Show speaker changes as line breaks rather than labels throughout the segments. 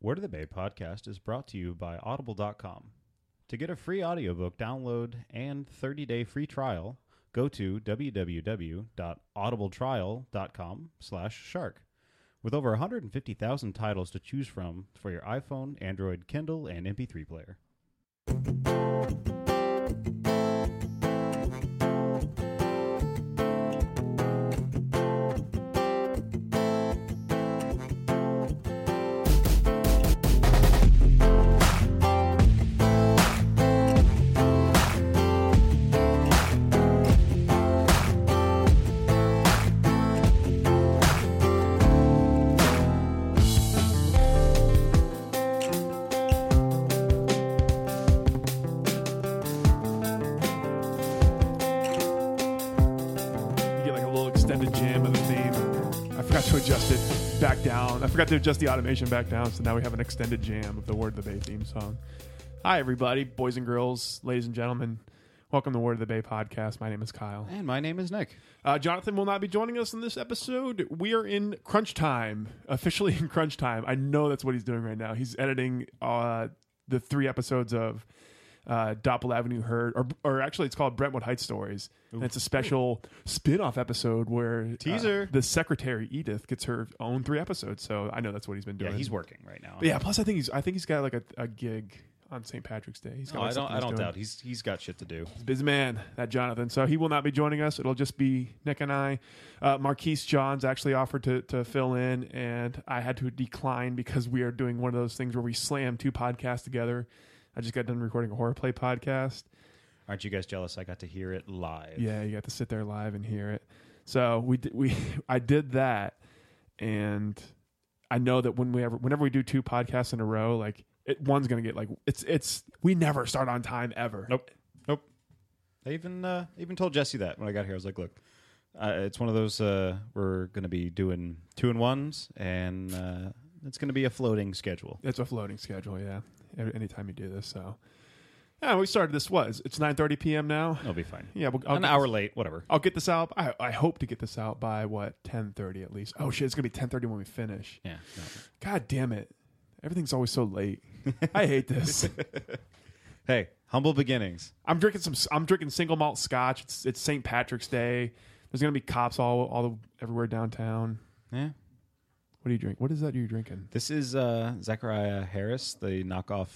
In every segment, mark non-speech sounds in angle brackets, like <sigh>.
Word of the Bay podcast is brought to you by Audible.com. To get a free audiobook download and 30-day free trial, go to www.audibletrial.com slash shark. With over 150,000 titles to choose from for your iPhone, Android, Kindle, and MP3 player.
You get like a little extended jam of the theme. I forgot to adjust it back down. I forgot to adjust the automation back down, so now we have an extended jam of the Word of the Bay theme song. Hi, everybody, boys and girls, ladies and gentlemen. Welcome to Word of the Bay podcast. My name is Kyle.
And my name is Nick.
Uh, Jonathan will not be joining us in this episode. We are in crunch time, <laughs> officially in crunch time. I know that's what he's doing right now. He's editing uh, the three episodes of uh, Doppel Avenue Heard, or, or actually, it's called Brentwood Heights Stories. And it's a special spin off episode where uh,
Teaser.
the secretary, Edith, gets her own three episodes. So I know that's what he's been
Yeah,
doing.
he's working right now.
But yeah, plus, I think he's, I think he's got like a, a gig on St. Patrick's Day. He's got
No,
like
Oh, I don't,
something
I
he's
don't
doing.
doubt he's he's got shit to do.
Busy man, that Jonathan. So he will not be joining us. It'll just be Nick and I. Uh, Marquise Johns actually offered to, to fill in, and I had to decline because we are doing one of those things where we slam two podcasts together. I just got done recording a horror play podcast.
Aren't you guys jealous? I got to hear it live.
Yeah, you got to sit there live and hear it. So we di- we <laughs> I did that, and I know that when we ever whenever we do two podcasts in a row, like it, one's gonna get like it's it's we never start on time ever.
Nope. Nope. I even uh, even told Jesse that when I got here. I was like, "Look, uh, it's one of those uh, we're going to be doing two and ones, and uh, it's going to be a floating schedule."
It's a floating schedule, yeah. Every- Anytime you do this, so yeah, we started this. Was it's nine thirty p.m. now?
It'll be fine.
Yeah, we'll, I'll
An
get
hour
This,
late, whatever.
I'll get this out. I, I hope to get this out by what ten thirty at least. Oh shit, it's gonna be ten thirty when we finish.
Yeah. no.
God damn it, everything's always so late. I
<laughs>
hate this.
Hey, humble beginnings.
I'm drinking some. I'm drinking single malt scotch. It's it's St. Patrick's Day. There's gonna be cops all all the, everywhere downtown.
Yeah.
What do you drink? What is that you're drinking?
This is uh, Zachariah Harris, the knockoff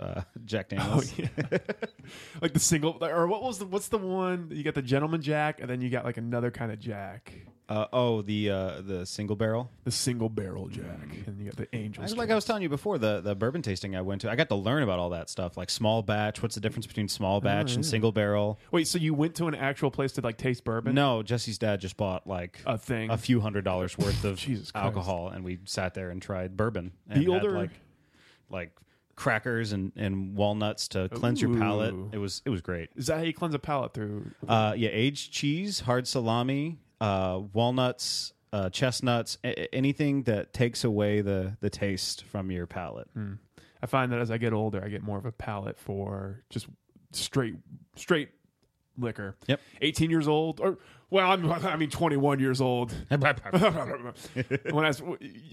uh, <laughs> Jack Daniels.
Oh, yeah.
<laughs>
like the single or what was the what's the one you got the gentleman jack and then you got like another kind of jack.
Uh, oh, the uh, the single barrel.
The single barrel jack and you got the angels.
I, Mm. like I was telling you before, the, the bourbon tasting I went to, I got to learn about all that stuff, like small batch. What's the difference between
Oh,
small batch and single barrel?
Wait, so you went to an actual place to like taste bourbon?
No, Jesse's dad just bought like
A thing.
a few hundred dollars worth of
<laughs> Jesus Christ.
alcohol, and we sat there and tried bourbon. And
The
had,
older-
like like crackers and, and walnuts to cleanse your palate.
Ooh.
It was it was great.
Is that how you cleanse a palate through
Uh, yeah, aged cheese, hard salami, uh, walnuts, uh, chestnuts, a- a- anything that takes away the the taste from your palate.
I find that as I get older, I get more of a palate for just straight straight liquor.
Yep.
18 years old, or well, I'm, I mean 21
<laughs>
years old. <laughs> when I, was,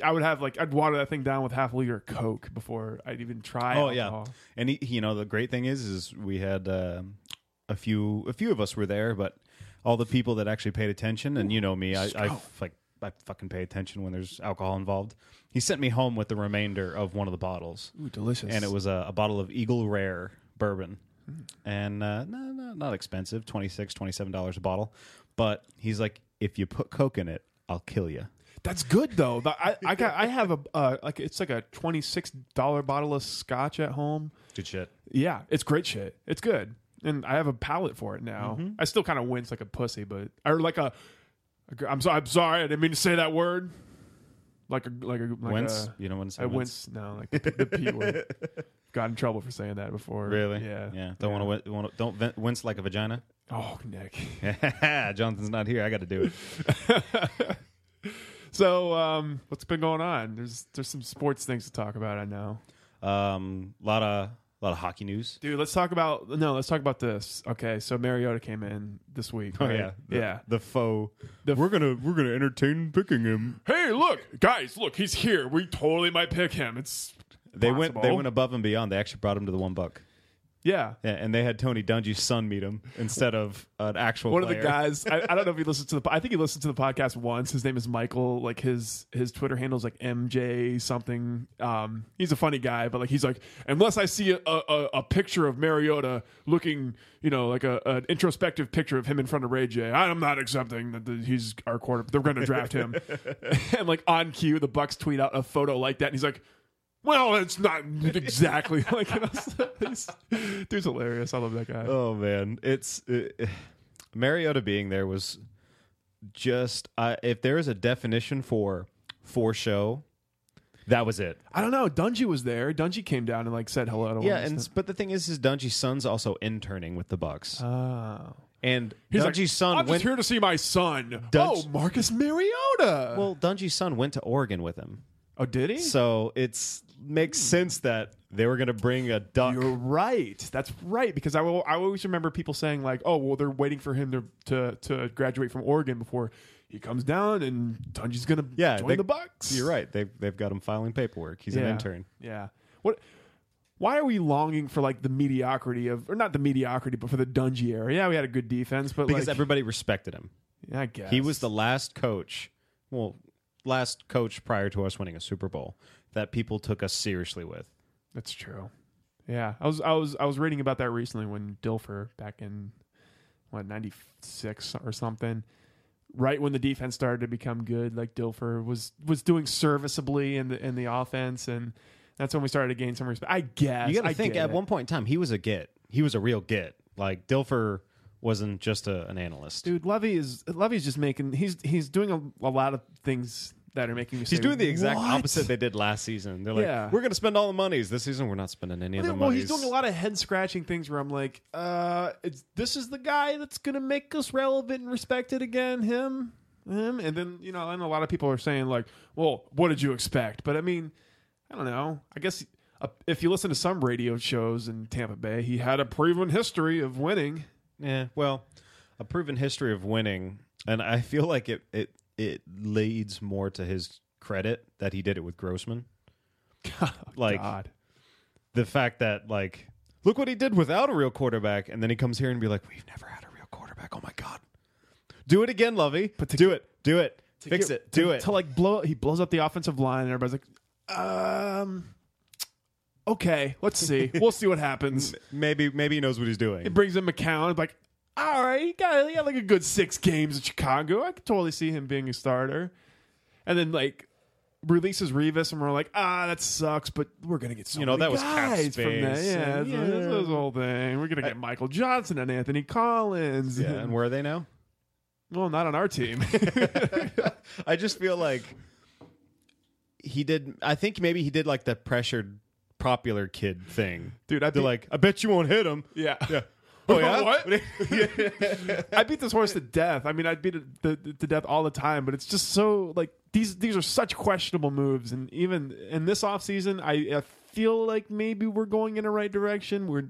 I would have like I'd water that thing down with half a liter of Coke before I'd even try.
Oh
alcohol.
yeah, and he, you know the great thing is, is we had um a few, a few of us were there, but all the people that actually paid attention, and you know me, I, I f- like I fucking pay attention when there's alcohol involved. He sent me home with the remainder of one of the bottles,
Ooh, delicious.
and it was a, a bottle of Eagle Rare bourbon,
Hmm.
and uh, no, no, not expensive, twenty six, twenty seven dollars a bottle, but he's like, if you put coke in it, I'll kill you.
that's good though. The- I I, got, I have a uh, like it's like a twenty six dollar bottle of scotch at home.
Good shit.
Yeah, it's great shit. It's good, and I have a palate for it now.
Mm-hmm.
I still kind of wince like a pussy, but or like a. a gr- I'm sorry. I'm sorry. I didn't mean to say that word. Like a like a like
Whence?
a-
you know when it's
I wince now, like the, p- the
<laughs>
p word. Got in trouble for saying that before.
Really?
Yeah.
Yeah. Don't want to. Want don't vin- wince like a vagina.
Oh, Nick.
<laughs> Jonathan's not here. I got to do it.
So, um, what's been going on? There's there's some sports things to talk about. I know.
Um, lot of a lot of hockey news.
Dude, let's talk about no. Let's talk about this. Okay, so Mariota came in this week.
Oh
right?
yeah, the,
yeah.
The foe.
The
we're gonna we're gonna entertain picking him.
Hey, look, guys, look, he's here. We totally might pick him. It's
They went they
possible.
went above and beyond. They actually brought him to the one buck.
yeah.
Yeah, and they had Tony Dungy's son meet him instead of an actual
One
player.
of the guys. I, I don't know if he listens to the. po- I think he listened to the podcast once. His name is Michael. Like his his Twitter handle is like MJ something. Um, he's a funny guy, but like he's like unless I see a a, a picture of Mariota looking, you know, like a an introspective picture of him in front of Ray J, I'm not accepting that the, he's our quarterback. They're going to draft him. and like on cue, the Bucks tweet out a photo like that, and he's like. Well, it's not exactly <laughs> like it was, dude's hilarious. I love that guy.
Oh man, it's uh, Mariota being there was just uh, if there is a definition for for show, that was it.
I don't know. Dungy was there. Dungy came down and like said hello to
Yeah,
us.
and but the thing is, is Dungy's son's also interning with the Bucks,
oh.
and
he's
Dungy's
like,
son
I'm
went.
just here to see my son.
Dungy-
oh, Marcus Mariota.
well, Dungy's son went to Oregon with him,
oh, did he?
so it's makes sense that they were going to bring a duck.
You're right. That's right. Because I will. I always remember people saying like, "Oh, well, they're waiting for him to to, to graduate from Oregon before he comes down, and Dungy's gonna
Yeah,
join
they-
the Bucks."
You're right. They've they've got him filing paperwork. He's an
Yeah.
intern.
Yeah. What? Why are we longing for like the mediocrity of, or not the mediocrity, but for the Dungy era? Yeah, we had a good defense, but
Because
like,
everybody respected him.
I guess
He was the last coach, well, last coach prior to us winning a Super Bowl that people took us seriously with.
That's true. Yeah, I was I was I was reading about that recently when Dilfer back in what '96 or something, right when the defense started to become good, like Dilfer was was doing serviceably in the in the offense, and that's when we started to gain some respect. I guess
You got
I
to think
get
at
it.
one point in time he was a get. He was a real get. Like Dilfer wasn't just a, an analyst.
dude. Levy is Levy's just making he's he's doing a, a lot of things that are making me.
He's
say,
doing the exact
"What?"
opposite they did last season. They're like,
Yeah.
we're going to spend all the monies this season. We're not spending any of the
well,
monies.
he's doing a lot of head scratching things where I'm like, uh, it's, this is the guy that's going to make us relevant and respected again. Him, him, and then you know, and a lot of people are saying like, well, what did you expect? But I mean, I don't know. I guess uh, if you listen to some radio shows in Tampa Bay, he had a proven history of winning.
Yeah, well, a proven history of winning, and I feel like it it it leads more to his credit that he did it with
<laughs>
Grossman. like
Oh, God,
the fact that like look what he did without a real quarterback and then he comes here and be like we've never had a real quarterback oh my god do it again lovey but do it do it fix it do it
to like blow. He blows up the offensive line, and everybody's like, um. Okay, let's <laughs> see. We'll see what happens.
maybe maybe he knows what he's
It
doing
brings in McCown. Like, all right, he got, he got like a good six games in Chicago. I could totally see him being a starter. And then like releases Revis, and we're like, ah, that sucks, but we're gonna get so
You know,
many
that was cap
guys from
space,
that. Yeah,
and
yeah. This,
yeah.
this whole thing. We're gonna get Michael Johnson and Anthony Collins.
yeah and where are they now
<laughs> well, not on our
<laughs>
team.
i just feel like he did i think maybe he did like the pressured popular kid thing
Dude, I
they're
beat-
like i bet you won't hit him
yeah. <laughs>
yeah
Oh,
<laughs>
I beat this horse to death. I mean, I beat it to, to death all the time, but it's just so like these these are such questionable moves. And even in this offseason, I, I feel like maybe we're going in the right direction. We're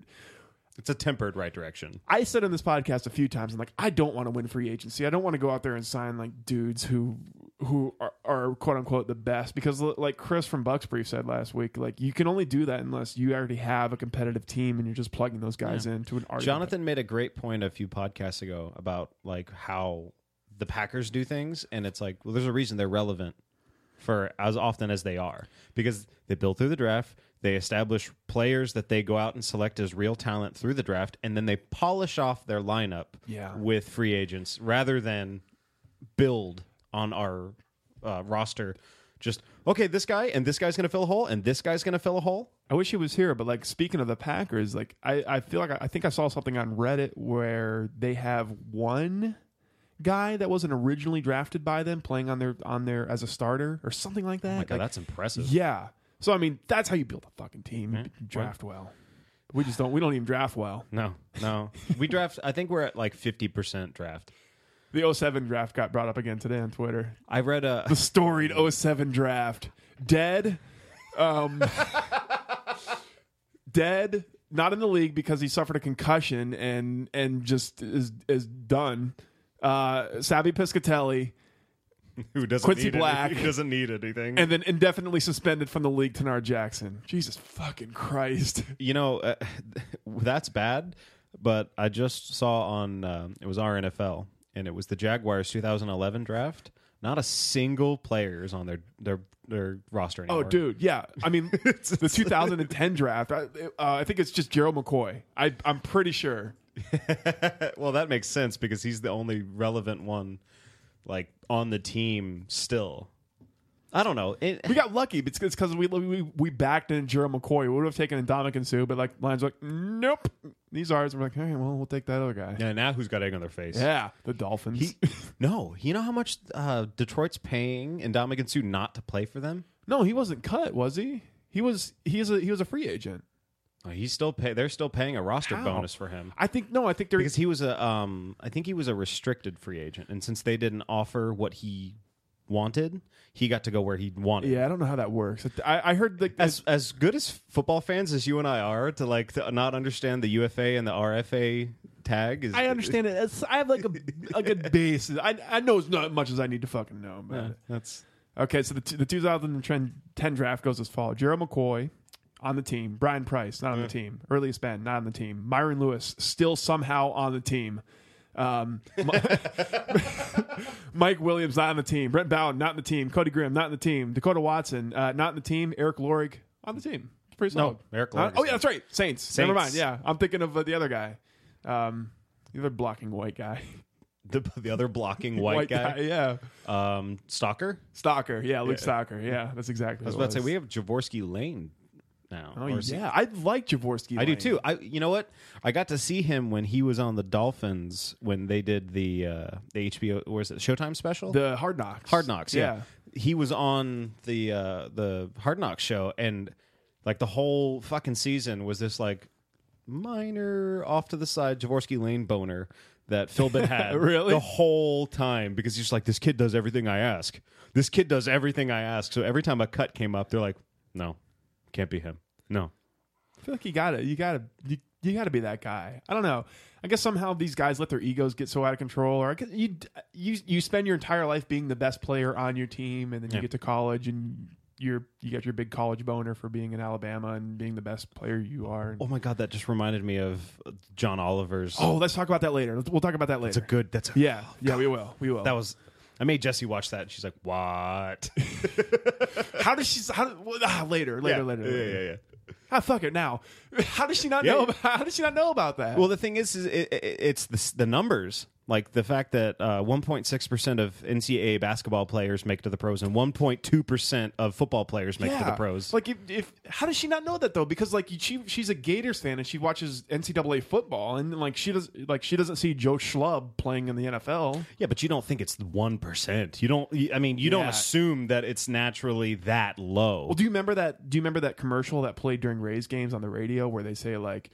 it's a tempered right direction
I said in this podcast a few times, I'm like, I don't want to win free agency. I don't want to go out there and sign like dudes who who are, are quote unquote the best because l- like Chris from Bucks Brief said last week, like you can only do that unless you already have a competitive team and you're just plugging those guys into an argument.
Jonathan made a great point a few podcasts ago about like how the Packers do things, and it's like, well, there's a reason they're relevant for as often as they are because they build through the draft, they establish players that they go out and select as real talent through the draft, and then they polish off their lineup
Yeah.
with free agents rather than build on our uh, roster. Just okay, this guy and this guy's going to fill a hole, and this guy's going to fill a hole.
I wish he was here, but like speaking of the Packers, like I, I feel like I, I think I saw something on Reddit where they have one guy that wasn't originally drafted by them playing on their on their as a starter or something like that.
Oh My God,
Like,
that's Hmm? impressive.
yeah. So I mean, that's how you build a fucking team. You draft well. We just don't. We don't even draft well.
No, no. we draft. I think we're at like fifty percent draft.
The 07 draft got brought up again today on Twitter.
I read a.
The storied 07 draft. <laughs> Dead. Um, dead. not in the league because he suffered a concussion and and just is is done. Uh, Savi Piscatelli,
<laughs> Who doesn't
Quincy
need any-
Black.
who doesn't need anything.
and then indefinitely suspended from the league. Tanar Jackson. Jesus fucking Christ.
you know uh, <laughs> that's bad but i just saw on um, it was our nfl and it was the jaguars 2011 draft not a single player is on their their their roster anymore
Oh, dude, yeah. I mean, the 2010 draft. I, uh, I think it's just Gerald McCoy. I, I'm pretty sure.
well that makes sense because he's the only relevant one like on the team still i don't know it,
We got lucky because we, we we backed in Gerald McCoy. We would have taken Dominic and Sue, but like Lions were like, nope, these are ours. We're like, hey, well, we'll take that other guy. Yeah,
yeah, now who's got egg on their face
the Dolphins.
He- no you know how much uh, detroit's paying and dominican sue not to play for them
<laughs> no, he wasn't cut, was he? He was he is a he was a free agent.
Uh, he's still pay they're still paying a roster
How?
bonus for him
I think no, I think they're
because he was a um I think he was a restricted free agent and since they didn't offer what he wanted, he got to go where he wanted.
yeah. I don't know how that works. I, I heard like
As as good as football fans as you and I are to like to not understand the UFA and the RFA tag is
I understand it. It's- I have like a
<laughs>
a good base. I I know as not much as I need to fucking know. But
Yeah, that's
okay, so the t- the 2010 draft goes as follows: Gerald McCoy on the team, Brian Price not on the team, earliest Ben not on the team, Myron Lewis still somehow on the team. Um, Mi- <laughs> Mike Williams not on the team. Brent Bowen not on the team. Cody Graham not on the team. Dakota Watson uh, not on the team. Eric Lorig on the team. It's pretty
No,
solid.
Eric
Not-
Lorig
oh
is
yeah,
not.
that's right. Saints. Never mind.
Saints.
Yeah, I'm thinking of uh, the other guy. Um, the other blocking white guy.
the the other blocking <laughs> white, guy,
Yeah.
um stalker.
Stalker. Yeah, Luke Stalker. Yeah, that's exactly.
I was
what
about to say we have Javorski Lane now.
Oh
Or is he-
yeah, I like Javorsky.
I do too. I you know what? I got to see him when he was on the Dolphins when they did the uh the HBO or is it Showtime special?
The Hard Knocks.
Hard Knocks. Yeah. he was on the uh, the Hard Knocks show, and like the whole fucking season was this like minor off to the side Javorski Lane boner that
<laughs>
Philbin had
Really?
the whole time because he's just like this kid does everything I ask. This kid does everything I ask. So every time a cut came up, they're like, no, can't be him. No.
I feel like you gotta, you gotta, you, you gotta be that guy. I don't know. I guess somehow these guys let their egos get so out of control, or I guess you, you, you spend your entire life being the best player on your team, and then you
Yeah.
get to college and you're, you got your big college boner for being in Alabama and being the best player you are. And-
Oh my god, that just reminded me of John Oliver's.
oh, let's talk about that later. We'll talk about that
it's a
later.
good. That's a,
yeah, yeah, we will, we will.
That was. I made Jesse watch that, and she's like, <laughs> "What?"
How does she? How do- well, ah, later, later, later. later.
yeah, yeah, yeah.
Ah, fuck it now. <laughs> How does she not
Yeah.
know? About, <laughs> how does she not know about that?
Well, the thing is, is it, it, it's the, s- the numbers, like the fact that uh, 1.6% of NCAA basketball players make to the pros and 1.2% of football players make to the pros.
Like, if, if how does she not know that though? Because like she she's a Gators fan and she watches NCAA football and like she does like she doesn't see Joe Schlub playing in the NFL.
yeah, but you don't think it's the 1%. You don't, you- I mean, you don't
Yeah.
assume that it's naturally that low.
Well, do you remember that? Do you remember that commercial that played during Rays games on the radio where they say like.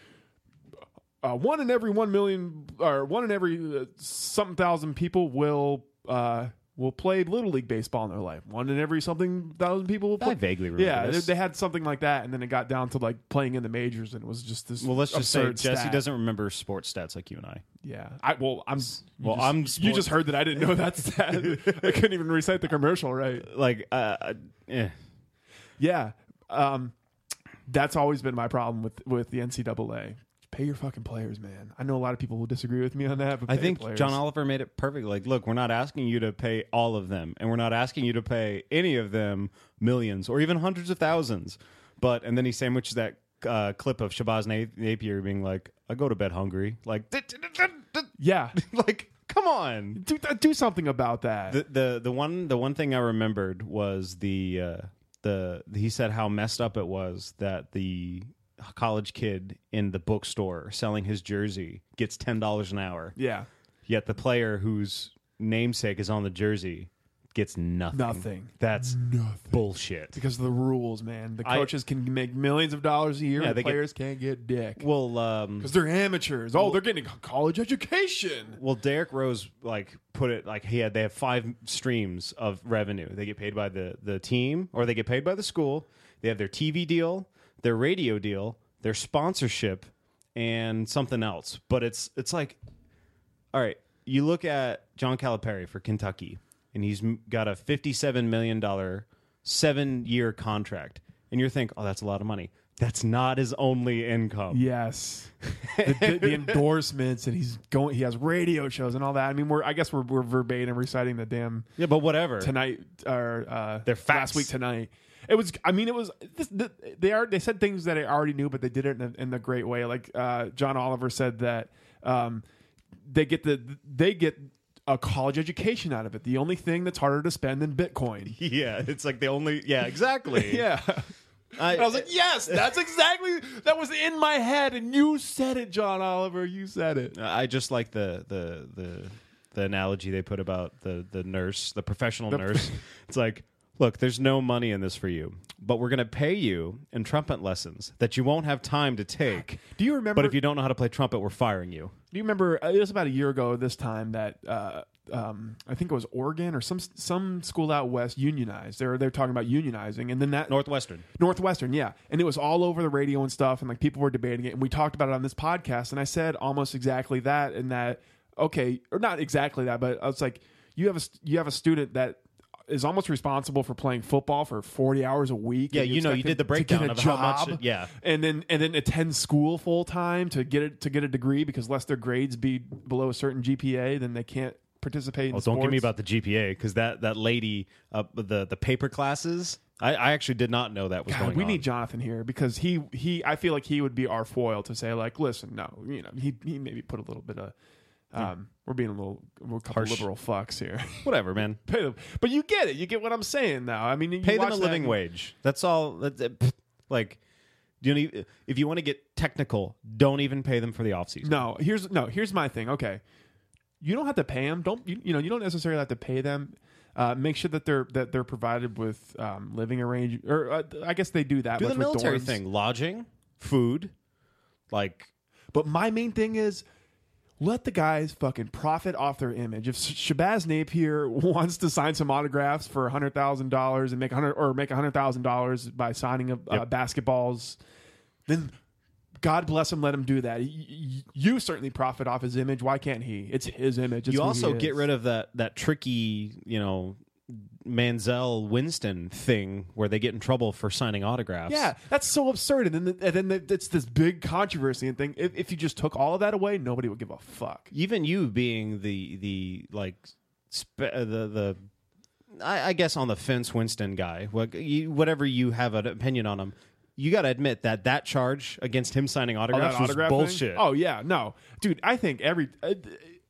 Uh, one in every one million, or one in every uh, something thousand people will uh, will play little league baseball in their life. One in every something thousand people will play.
I vaguely remember
Yeah, they,
this.
they had something like that, and then it got down to like playing in the majors, and it was just this.
well, let's just say
absurd
Jesse
stat.
doesn't remember sports stats like you and I.
Yeah, I well, I'm.
Well,
you just,
I'm
<laughs> You just
sports-
heard that I didn't know that stat. I couldn't even recite the commercial right.
Like, uh, uh, eh.
<laughs> Yeah, um, that's always been my problem with with the NCAA. Pay your fucking players, man. I know a lot of people will disagree with me on that, but
I
pay
think
players.
John Oliver made it perfect. Like, look, we're not asking you to pay all of them, and we're not asking you to pay any of them millions or even hundreds of thousands. But and then he sandwiches that uh, clip of Shabazz Na- Napier being like, "I go to bed hungry." Like, "Dit, dit, dit, dit, dit."
Yeah,
<laughs> like, come on.
do uh, do something about that.
The, the the one the one thing I remembered was the uh, the he said how messed up it was that the college kid in the bookstore selling his jersey gets ten dollars an hour
yeah,
yet the player whose namesake is on the jersey gets nothing.
nothing
That's
Nothing.
bullshit.
because of the rules, man. The
I-
coaches can make millions of dollars a year,
Yeah,
and
they get-
players can't get dick.
Well, um,
Because they're amateurs. Oh, they're getting a college education.
well, Derek Rose like put it like he had they have five streams of revenue. They get paid by the the team, or they get paid by the school. They have their TV deal, their radio deal, their sponsorship and something else. But it's it's like, all right, you look at John Calipari for Kentucky, and he's m- got a fifty-seven million dollar seven-year contract, and you think, oh, that's a lot of money. That's not his only income.
Yes, the, the-
<laughs>
the endorsements and he's going. He has radio shows and all that. I mean, we're I guess we're we're verbatim reciting the damn
Yeah, but whatever.
tonight or uh,
They're facts.
last week tonight. It was. I mean, it was. This, the, they are. They said things that I already knew, but they did it in, a, in the great way. Like uh, John Oliver said that um, they get the they get a college education out of it. The only thing that's harder to spend than Bitcoin.
<laughs> Yeah, it's like the only. <laughs> Yeah, exactly.
Yeah.
I,
<laughs> And I was like, yes, that's exactly that was in my head, and you said it, John Oliver. You said it.
I just like the the the the analogy they put about the the nurse, the
<laughs>
professional nurse. It's like, look, there's no money in this for you, but we're gonna pay you in trumpet lessons that you won't have time to take.
Do you remember?
But if you don't know how to play trumpet, we're firing you.
Do you remember? uh, It was about a year ago this time that uh, um, I think it was Oregon or some some school out west unionized. They're they're talking about unionizing, and then that
Northwestern.
Northwestern, yeah, and it was all over the radio and stuff, and like people were debating it, and we talked about it on this podcast, and I said almost exactly that, and that okay, or not exactly that, but I was like, you have a st- you have a student that is almost responsible for playing football for forty hours a week.
Yeah,
and
you know,
expect
you did the
him to get
breakdown
a
of how much-
job
yeah.
and then and then attend school full time to get it to get a degree because lest their grades be below a certain GPA, then they can't participate. In
Well, Oh, don't
sports.
give me about the GPA because that that lady, uh, the the paper classes. I, I actually did not know that was
God,
going
we
on.
need Jonathan here because he he I feel like he would be our foil to say like, listen, no, you know, he he maybe put a little bit of. Um, we're being a little, we're a couple
Hmm. Harsh.
liberal fucks here. <laughs>
Whatever, man.
Pay them, but you get it. You get what I'm saying now. I mean, you
pay them a
watch that
living
and-
wage. That's all. That, that- pfft, like, you don't even, if you want to get technical, don't even pay them for the off season.
No, here's no, here's my thing. Okay, you don't have to pay them. Don't you, you know? You don't necessarily have to pay them. Uh, make sure that they're that they're provided with um, living arrange or uh, I guess they do that.
Do
much
the military
with dorms.
thing: lodging, food, like
But my main thing is let the guys fucking profit off their image. If Shabazz Napier <laughs> wants to sign some autographs for hundred thousand dollars and make hundred or make hundred thousand dollars by signing of uh, basketballs, then God bless him. Let him do that. Y- y- You certainly profit off his image. Why can't he? It's his image. It's
you
who
also
he is.
get rid of that that tricky, you know, Manziel Winston thing where they get in trouble for signing autographs.
Yeah, that's so absurd. And then the, and then the, it's this big controversy and thing. If, if you just took all of that away, nobody would give a fuck.
even you being the the like spe- uh, the the I, I guess on the fence Winston guy what, you, whatever you have an opinion on him you got to admit that that charge against him signing autographs
that
was
autograph thing?
bullshit
Oh yeah, no, dude. I think every uh,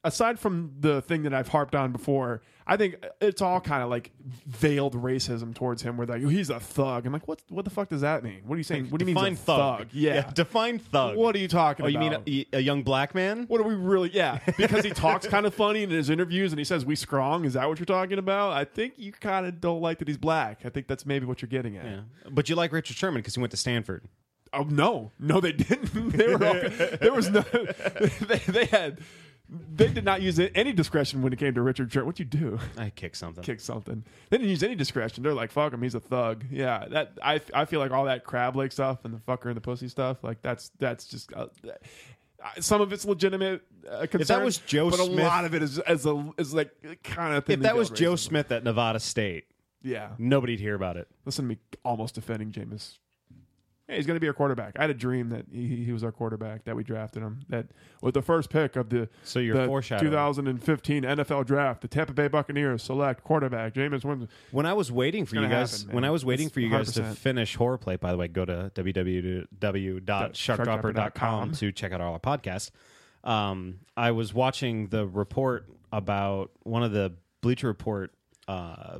aside from the thing that I've harped on before, I think uh, it's all kind of like veiled racism towards him. Where like he's a thug. I'm like, what? What the fuck does that mean? What are you saying? What do you mean
define
he's a thug? Yeah.
define thug
What are you talking
oh you
about?
mean a, a young black man
what are we really?
<laughs>
Yeah, because he talks kind of funny in his interviews, and he says we strong. Is that what you're talking about? I think you kind of don't like that he's black. I think that's maybe what you're getting at.
yeah. but you like Richard Sherman because he went to Stanford
Oh no, no, they didn't. <laughs> They were all, there was no. <laughs> They, they had. They did not use any discretion when it came to Richard Sherman. What'd you do? <laughs>
I kick something
Kick something. They didn't use any discretion. They're like, "Fuck him, he's a thug." Yeah, that I, I feel like all that crab leg stuff and the fucker and the pussy stuff, like that's that's just uh, that- uh, some of it's legitimate. Uh, concern,
was Joe
but
Smith-
a lot of it is as a is like kind of.
if that was Joe Smith at Nevada State
yeah,
nobody'd hear about it
Listen to me almost defending Jameis. Hey, he's going to be our quarterback. I had a dream that he, he was our quarterback, that we drafted him. That with the first pick of the,
So you're
the
foreshadowing.
2015 NFL draft, the Tampa Bay Buccaneers select quarterback Jameis Winston.
When I was waiting for you
gonna
guys,
happen, man.
when I was waiting
It's
for you guys to
100%.
finish horror play, by the way, go to www.sharkdropper.com
sharkdropper.com.
to check out our podcast. Um, I was watching the report about one of the Bleacher Report uh,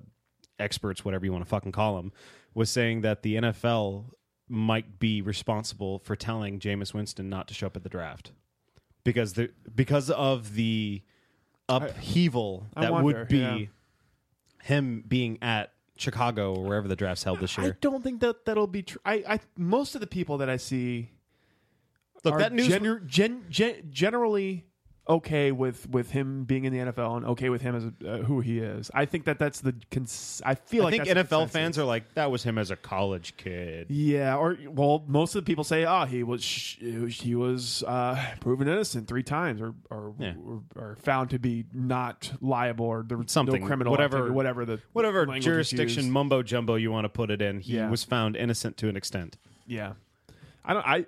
experts, whatever you want to fucking call them, was saying that the NFL might be responsible for telling Jameis Winston not to show up at the draft because the because of the upheaval
I
that
wonder,
would be
yeah.
him being at Chicago or wherever the draft's held this
I
year.
don't think that that'll be true. I, I most of the people that I see
Look,
are
that news
gener- gen- gen- generally okay with with him being in the NFL and okay with him as uh, who he is. I think that that's the cons- I feel
I
like
think
that's the
NFL
consensus.
fans are like, that was him as a college kid.
Yeah, or well, most of the people say, "Oh, he was sh- he was uh, proven innocent three times, or or,
Yeah.
or or found to be not liable, or there was
Something,
no criminal
whatever-
activity, whatever the
Whatever
language is
jurisdiction
used.
mumbo jumbo you want to put it in, he
Yeah.
was found innocent to an extent.
Yeah, I don't. I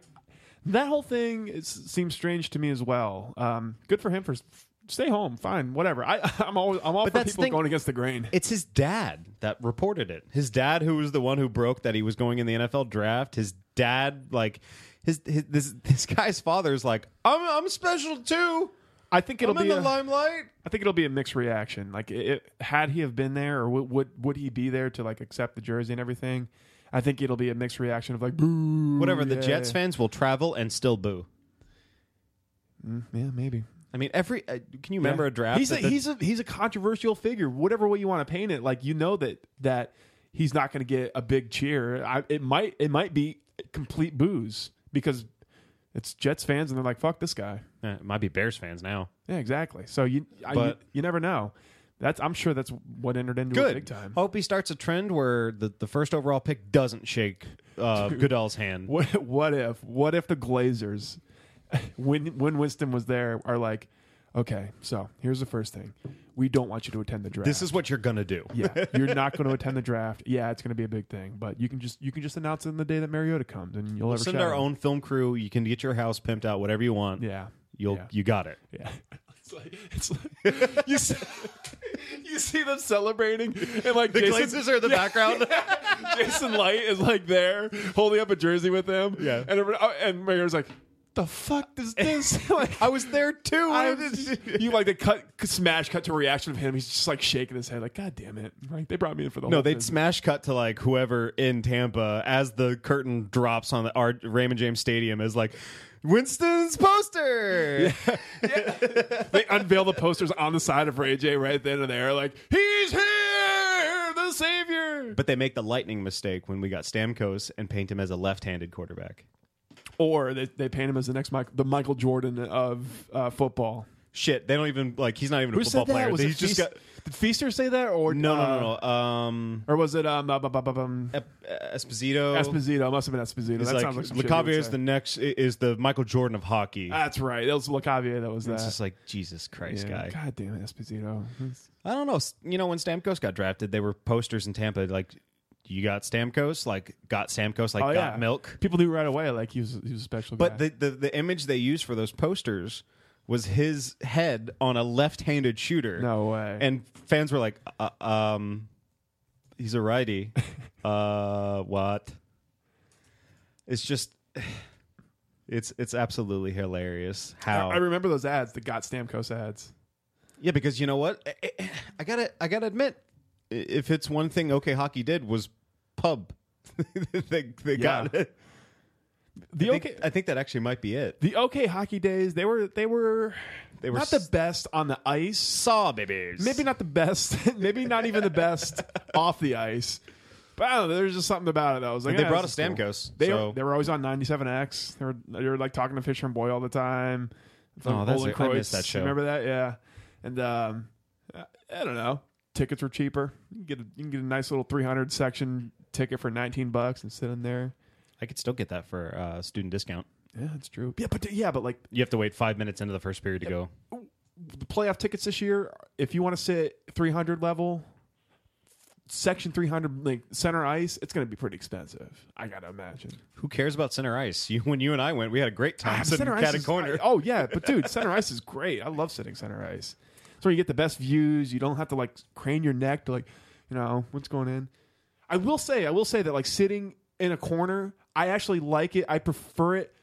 that whole thing is, seems strange to me as well. Um, good for him for s- stay home, fine, whatever. I <laughs> I'm always I'm all
But
for
that's
people
thing-
going against the grain.
It's his dad that reported it. His dad, who was the one who broke that he was going in the NFL draft. His dad, like his, his this this guy's father's like, I'm I'm special too.
I think it'll
I'm in
be
the
a-
limelight.
I think it'll be a mixed reaction. Like, it, it, had he have been there, or would, would would he be there to like accept the jersey and everything? I think it'll be a mixed reaction of like, boo.
Whatever. The
yeah,
Jets fans will travel and still boo.
Yeah, maybe.
I mean, every uh, can you remember
Yeah.
a draft?
He's a,
that the-
he's a he's a controversial figure. Whatever way you want to paint it, like you know that that he's not going to get a big cheer. I, it might it might be complete booze because it's Jets fans and they're like, fuck this guy.
Eh, it might be Bears fans now.
Yeah, exactly. So you I, you,
But-
you never know. That's I'm sure that's what entered into it big
Good.
time.
Hope he starts a trend where the, the first overall pick doesn't shake <laughs> uh, Goodell's hand.
What what if what if the Glazers, when when Winston was there, are like, okay, so here's the first thing, we don't want you to attend the draft.
This is what you're gonna do.
yeah, you're not going to attend the draft. Yeah, it's going to be a big thing, but you can just you can just announce it on the day that Mariota comes, and you'll
We'll
ever
send our own film crew. You can get your house pimped out, whatever you want.
Yeah,
You'll
Yeah.
you got it.
yeah. <laughs> It's like, it's like you see, <laughs> you see them celebrating, and
<laughs>
like
The
Jason,
glazes are in the <laughs> background.
Jason Light is like there holding up a jersey with them.
Yeah.
and everybody, oh, and Mariota's like, the fuck is this? <laughs> like,
I was there too.
I <laughs> you like the cut smash cut to a reaction of him. He's just like shaking his head, like God damn it! Like they brought me in for the
<laughs> no,
whole
they'd
thing.
smash cut to like whoever in Tampa as the curtain drops on the our Raymond James Stadium is like Winston's poster.
they unveil the posters on the side of Ray J right then and there, like he's here, the savior,
But they make the lightning mistake when we got Stamkos and paint him as a left-handed quarterback.
or they, they paint him as the next Michael, the Michael Jordan of uh, football.
Shit, they don't even like he's not even a
Who
football
said that?
player.
was
He's
it
just
Feast-
got
did Feaster say that, or
No,
uh,
no, no, no. Um,
or was it um, uh, bu- bu- bu- bum,
Ep- uh, Esposito.
Esposito? It must have been Esposito.
He's
that
like,
sounds like some shit he would
LeCavier is
say. Ah.
the next i- is the Michael Jordan of hockey.
That's right. That was Lacavier. That was
it's
that.
just like Jesus Christ, guy.
Yeah. God damn it, Esposito. He's-
I don't know. S- You know, when Stamkos got drafted, they were posters in Tampa like, "You got Stamkos," like "Got Stamkos," like
Oh,
"Got
yeah.
milk."
People knew right away, like he was he was a special guy.
But the, the the image they used for those posters was his head on a left-handed shooter.
no way.
and fans were like, uh, um, he's a
<laughs>
righty. uh, what? It's just, <sighs> it's it's absolutely hilarious how.
I, I remember those ads, the Got Stamkos ads.
yeah, because you know what? I- I, I gotta I gotta admit, i- if it's one thing OK Hockey did was pub. <laughs> they they got it.
The
I think,
<laughs> okay,
I think that actually might be it.
the okay hockey days. They were they were
They were
not the best on the ice.
saw babies.
Maybe not the best. <laughs> maybe not even
<laughs>
the best off the ice. But I don't know. There's just something about it that was like
they
"Yeah,
brought us
this is cool."
Stamkos.
They
so.
were, they were always on 97X. They were they were like talking to Fisher and Boy all the time.
Oh, that's
Olin
it. I
Kreutz.
missed that show.
Remember that? Yeah. And um, I I don't know. Tickets were cheaper. You can get a, you can get a nice little 300 section ticket for 19 bucks and sit in there.
I could still get that for uh, student discount.
Yeah, that's true. Yeah, but yeah, but like
You have to wait five minutes into the first period to go.
the playoff tickets this year, if you want to sit 300 level, section 300 like center ice, it's going to be pretty expensive. I got to imagine.
Who cares about center ice? You, when you and I went, we had a great time sitting
center
cat
ice
and
is-
corner.
I- oh yeah, but dude, center ice is great. I love sitting center ice. It's where you get the best views. You don't have to like crane your neck to like, you know, what's going in. I will say, I will say that like sitting in a corner, I actually like it. I prefer it.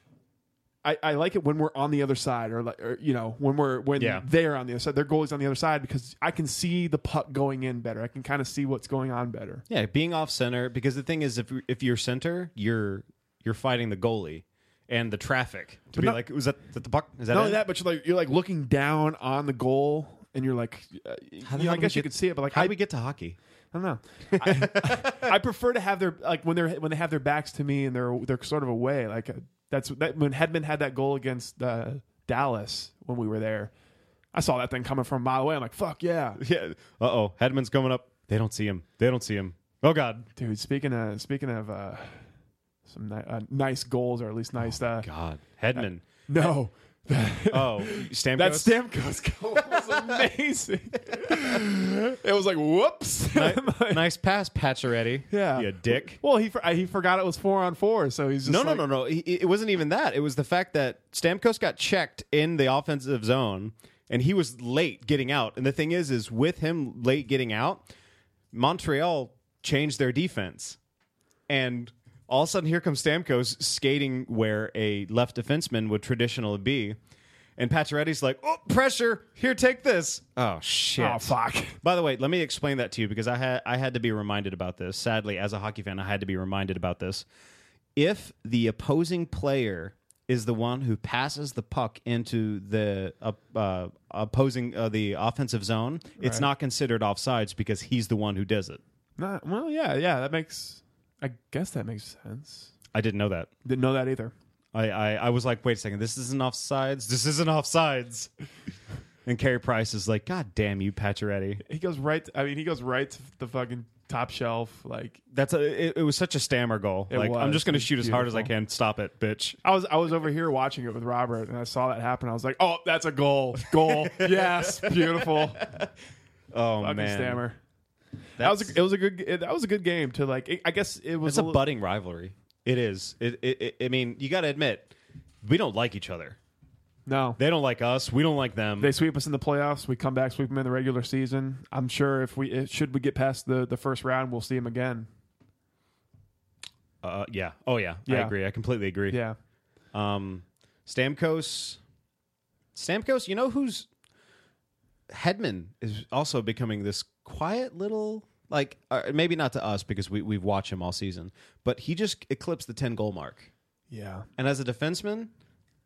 I, I like it when we're on the other side, or like, or, you know, when we're when
Yeah.
they're on the other side, their goalie's on the other side because I can see the puck going in better. I can kind of see what's going on better.
yeah, being off center because the thing is, if if you're center, you're you're fighting the goalie and the traffic to be
not-
like, was that, is that the puck? Is that
Not only
it?
that, but you're like you're like looking down on the goal, and you're like, uh, you
How the
know,
hell
I
do we
guess you
get-
could see it, but like
How
I,
do we get to hockey?
I don't know. I, <laughs> I prefer to have their like when they're when they have their backs to me and they're they're sort of away. Like uh, that's that when Hedman had that goal against uh, Dallas when we were there. I saw that thing coming from a mile away. I'm like, fuck yeah,
Yeah. Uh oh. Headman's coming up. They don't see him. They don't see him. Oh God.
dude. Speaking of speaking of uh, some ni- uh, nice goals, or at least nice. Uh,
God. Headman.
no,
Oh, Stamkos.
<laughs> that Stamkos goal <laughs> was amazing. it was like whoops. Like,
nice pass, Pacioretty.
Yeah.
You dick.
<laughs> Well, he for, I- he forgot it was four on four, so he's just
No, no,
like-
no, no. He- It wasn't even that. It was the fact that Stamkos got checked in the offensive zone, and he was late getting out. And the thing is, is with him late getting out, Montreal changed their defense, and all of a sudden here comes Stamkos skating where a left defenseman would traditionally be, and Pacioretty's like, "Oh, pressure! Here, take this." Oh shit!
Oh fuck.
By the way, let me explain that to you because I had I had to be reminded about this. Sadly, as a hockey fan, I had to be reminded about this. If the opposing player is the one who passes the puck into the uh, uh, opposing uh, the offensive zone, it's not considered offsides because he's the one who does it.
Not, well, yeah, yeah. That makes. I guess that makes sense.
I didn't know that.
Didn't know that either.
I, I, I was like, wait a second, this isn't offsides. This isn't offsides. and Carey Price is like, God damn you, Pacioretty.
He goes right. I mean, he goes right to the fucking top shelf. Like
That's a. It, it was such a stammer goal. like I'm
was.
just going
It
to
was
shoot as hard as I
beautiful.
can. Stop it, bitch.
I was, I was over here watching it with Robert, and I saw that happen. I was like, oh, that's a goal, <laughs> goal. yes, beautiful.
Oh
Fucking
man,
stammer. That
That's-
was a, it was a good it- that was a good game to like. It, I guess it was
It's a
li-
budding rivalry. It is. It, it, it. I mean, you got to admit, we don't like each other.
no.
They don't like us. We don't like them.
They sweep us in the playoffs. We come back, sweep them in the regular season. I'm sure if we if, should we get past the the first round, we'll see them again.
uh, yeah. Oh yeah. I
Yeah.
agree. I completely agree.
Yeah,
Um, Stamkos. Stamkos. You know who's Hedman is also becoming this quiet little like uh, maybe not to us because we we've watched him all season, but he just eclipsed the ten goal mark.
yeah.
And as a defenseman,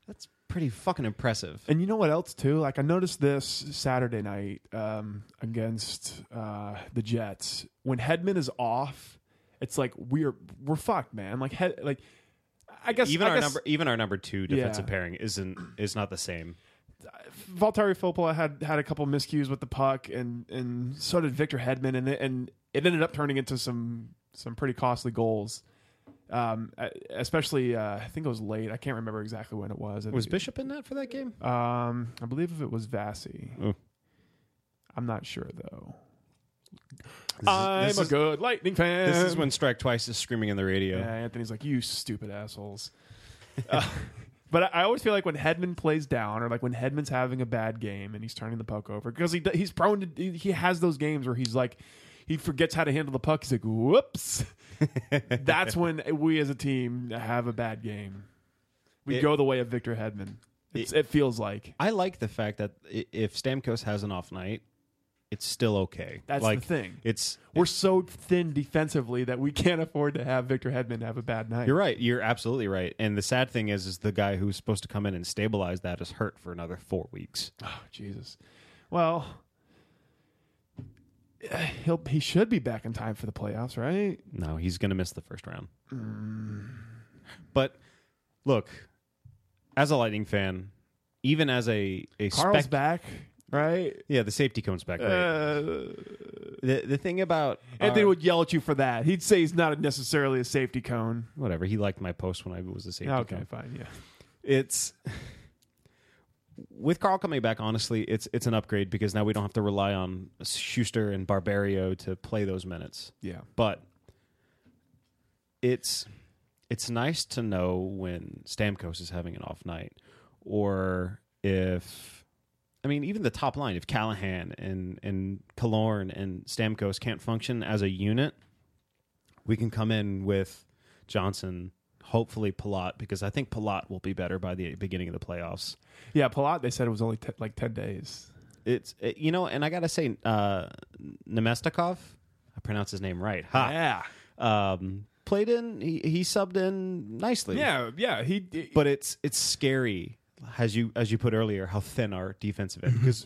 that's pretty fucking impressive.
And you know what else too? Like I noticed this Saturday night um, against uh, the Jets when Headman is off, it's like we're we're fucked, man. Like head like I guess
even
I
our
guess
number even our number two defensive
Yeah.
pairing isn't is not the same.
Valtari Filppula had had a couple miscues with the puck, and and so did Victor Hedman, and it, and it ended up turning into some some pretty costly goals. Um, e- especially uh, I think it was late. I can't remember exactly when it was. I
Was
think
Bishop in that for that game?
it- um, I believe if it was Vasi.
Oh.
I'm not sure though.
This
I'm
is,
a
this, is,
good Lightning fan.
this is when Strike Twice is screaming in the radio.
Yeah, Anthony's like, you stupid assholes.
<laughs>
Uh, but I, I always feel like when Hedman plays down, or like when Hedman's having a bad game and he's turning the puck over, because he d- he's prone to he- he has those games where he's like he forgets how to handle the puck. He's like,
<laughs>
whoops. That's when we as a team have a bad game. We
It-
go the way of Victor Hedman. It's, it, feels like
I like the fact that i- if Stamkos has an off night, it's still okay.
that's
like
the thing.
it's
We're so thin defensively that we can't afford to have Victor Hedman have a bad night.
you're right. You're absolutely right. And the sad thing is, is the guy who's supposed to come in and stabilize that is hurt for another four weeks.
Oh Jesus. Well, eh, he'll he should be back in time for the playoffs, right?
No, he's going to miss the first round. But look, as a Lightning fan, even as a a
Carl's
spec-
back, right?
yeah, the safety comes back. Right?
Uh,
The the thing about
Anthony
our-
would yell at you for that. He'd say he's not necessarily a safety cone.
whatever he liked my post when I was a safety.
Okay,
coach.
fine, yeah.
it's with Carl coming back. Honestly, it's it's an upgrade because now we don't have to rely on Schuster and Barbario to play those minutes.
Yeah.
But it's it's nice to know when Stamkos is having an off night, or if I mean even the top line if Callahan and and Kalorn and Stamkos can't function as a unit, we can come in with Johnson. Hopefully, Palat because I think Palat will be better by the beginning of the playoffs.
Yeah, Palat, they said it was only te- like 10 days.
It's it- you know, and I gotta say, uh, Nemestikov, I pronounce his name right. Ha!
Yeah.
um, played in. He, he subbed in nicely.
Yeah, yeah, he,
but it's it's scary as you as you put earlier how thin our defensive end because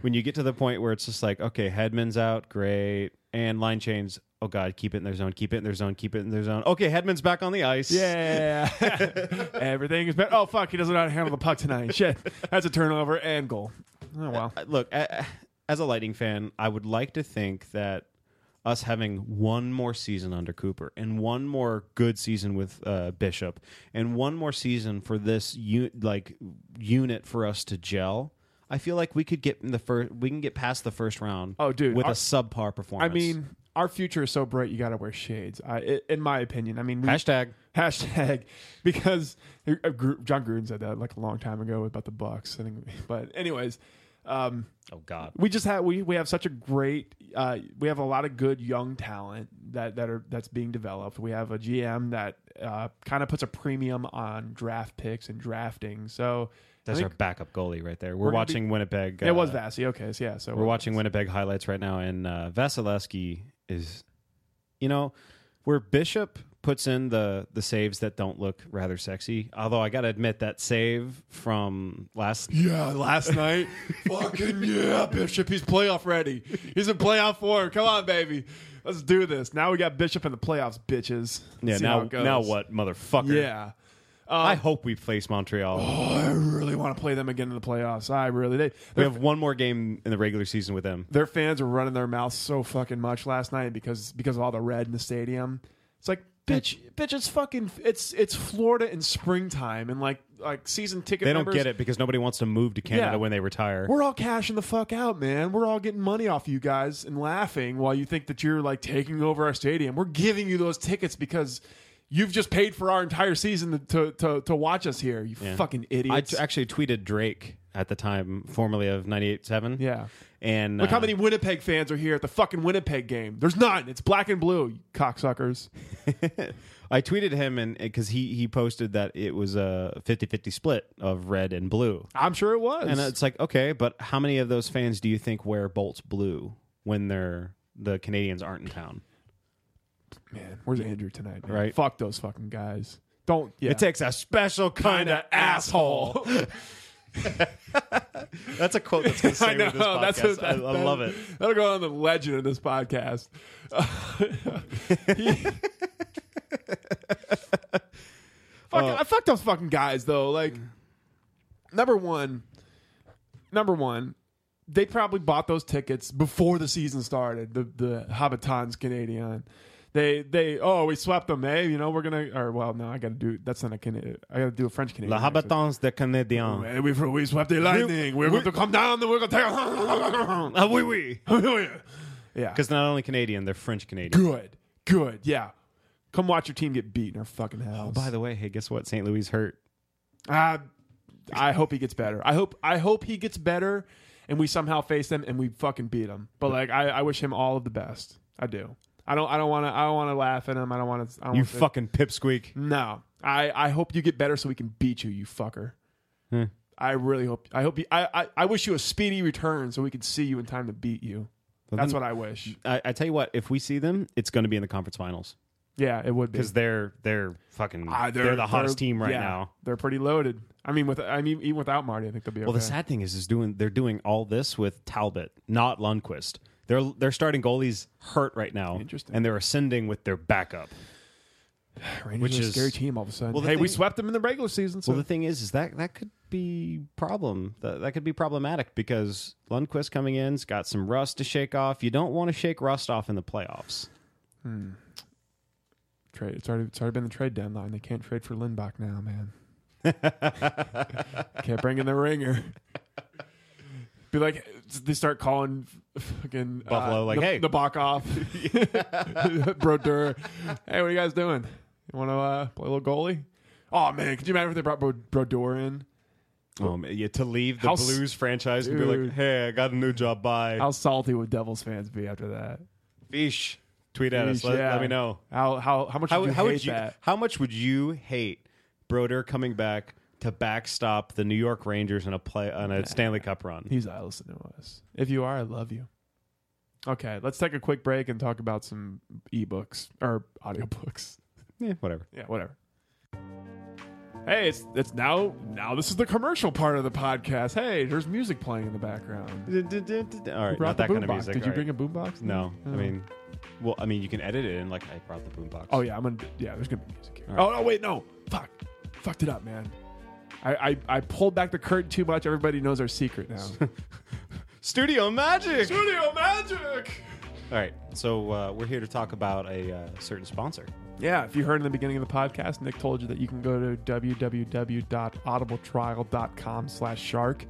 when you get to the point where it's just like okay Headman's out great and line chains oh god keep it in their zone keep it in their zone keep it in their zone okay Headman's back on the ice
yeah. <laughs> Everything is better. Oh fuck, he doesn't know how to handle the puck tonight. Shit. That's a turnover and goal. Oh wow.
Uh, Look, a- a- as a lighting fan, I would like to think that us having one more season under Cooper and one more good season with uh, Bishop and one more season for this u- like unit for us to gel. I feel like we could get in the first. We can get past the first round.
Oh, dude,
with
our-
a subpar
I
performance.
mean, our future is so bright. You got to wear shades. I, i- in my opinion. I mean, we,
hashtag.
hashtag <laughs> because uh, Gru- John Gruden said that like a long time ago about the Bucks. I think, but anyways, um,
Oh God.
we just have we, we have such a great uh, we have a lot of good young talent that that are that's being developed. We have a GM that uh, kind of puts a premium on draft picks and drafting. So I
That's our
think-
backup goalie right there.
We're
We're,
gonna
watching Winnipeg.
it was
uh,
Vassy. Okay, so yeah. So
We're watching Winnipeg highlights right now, and uh, Vasilevsky is, you know, where Bishop puts in the the saves that don't look rather sexy. Although I gotta admit that save from
<laughs>
last
Yeah, last night.
<laughs>
Fucking yeah, Bishop. He's playoff ready. He's in playoff form. Come on, baby. Let's do this. Now we got Bishop in the playoffs, bitches.
yeah
See how
now
it goes.
now what motherfucker
Yeah.
I hope we face Montreal.
Oh, I really want to play them again in the playoffs. I really they
we
their,
have one more game in the regular season with them.
their fans were running their mouths so fucking much last night because because of all the red in the stadium. It's like bitch, bitch. It's fucking it's it's Florida in springtime and like like season ticket.
They don't
members-
get it because nobody wants to move to Canada
Yeah.
when they retire.
We're all cashing the fuck out, man. We're all getting money off you guys and laughing while you think that you're like taking over our stadium. We're giving you those tickets because you've just paid for our entire season to to, to watch us here. You fucking
I
idiots.
t- actually tweeted Drake at the time, formerly of 98.7.
yeah.
And
Look
uh,
how many Winnipeg fans are here at the fucking Winnipeg game. There's none. It's black and blue, you cocksuckers.
I tweeted him and because he he posted that it was a 50-50 split of red and blue.
I'm sure it was.
And it's like, okay, but how many of those fans do you think wear Bolts blue when they're the Canadians aren't in town?
man, where's Andrew tonight? man?
Right.
Fuck those fucking guys. Don't. Yeah.
It takes a special kind of asshole.
<laughs>
That's a quote <laughs> that's going to
<laughs> I
stay
know.
with this podcast.
That's what,
I, I
that-
love it.
That'll go on the legend of this podcast. <laughs> Fuck,
Oh.
I fucked those fucking guys though. Like, number one, number one, they probably bought those tickets before the season started. The the Habitants Canadian. They they oh we swept them eh you know we're gonna or well no I gotta do that's not a Canadian I gotta do a French Canadian
La habitants de Canadiens.
we we swept the lightning we're going to come down and we're gonna
Ah, oui, oui.
take <laughs> yeah
Because not only Canadian, they're French Canadian.
good good yeah come watch your team get beat in our fucking house
Oh, By the way, hey, guess what? St. Louis hurt.
Uh, I hope he gets better. I hope I hope he gets better, and we somehow face them and we fucking beat them. But like I, I wish him all of the best. I do. I don't. I don't want to. I don't want to laugh at him. I don't want to.
You fucking pipsqueak.
No. I I hope you get better so we can beat you. You fucker.
Hmm.
I really hope. I hope you. I, I I wish you a speedy return so we can see you in time to beat you. That's what I wish.
I, I tell you what, if we see them, it's going to be in the conference finals
Yeah, it would be.
because they're they're fucking
Ah,
they're, the hottest
they're-
team right
yeah,
now.
They're pretty loaded. I mean, with I mean, even without Marty, I think they'll be okay.
Well, the sad thing is, is doing they're doing all this with Talbot, not Lundqvist. They're they're starting goalies hurt right now,
Interesting.
and they're ascending with their backup.
Rangers
which
are a
is-
scary team all of a sudden.
Well, the
hey, we
thing-
swept them in the regular season. So
Well, the thing is, is that that could be problem. That, that could be problematic because Lundqvist coming in's got some rust to shake off. You don't want to shake rust off in the playoffs.
trade. It's already it's already been the trade deadline. They can't trade for Lindbach
<laughs>
now, man. can't bring in the ringer. Be like they start calling fucking uh,
Buffalo, like,
the,
"Hey."
the
<laughs>
Bach off, <laughs> Brodeur. Hey, what are you guys doing? You want to uh, play a little goalie? Oh man, could you imagine if they brought Bro- Brodeur in?
Um, yeah, to leave the
How s-
Blues franchise and be
Dude.
like, hey, I got a new job. Bye.
How salty would Devils fans be after that?
Fish, tweet at us.
Yeesh,
Let,
yeah.
let me know.
How how how much
How,
would you
how
hate
would you?
that?
How much would you hate Broder coming back to backstop the New York Rangers in a play on a Stanley Cup run?
He's not listening to us. If you are, I love you. Okay, let's take a quick break and talk about some ebooks or audiobooks.
Yeah, whatever.
Yeah, whatever. Hey, it's it's now now this is the commercial part of the podcast. Hey, there's music playing in the background.
All right, not
Brought the
that kind of
boombox.
music.
Did you
all right.
bring a boombox?
No, I mean, well, I mean, you can edit it in. Like I brought the boombox.
Oh yeah, I'm gonna. Yeah, there's gonna be music here.
All
Oh no, wait, no, fuck,
<laughs>
fucked it up, man. I, I I pulled back the curtain too much. Everybody knows our secret now.
Studio Magic. All
Studio magic.
right, so uh, we're here to talk about a uh, certain sponsor.
Yeah, if you heard in the beginning of the podcast, Nick told you that you can go to www.audibletrial.com slash shark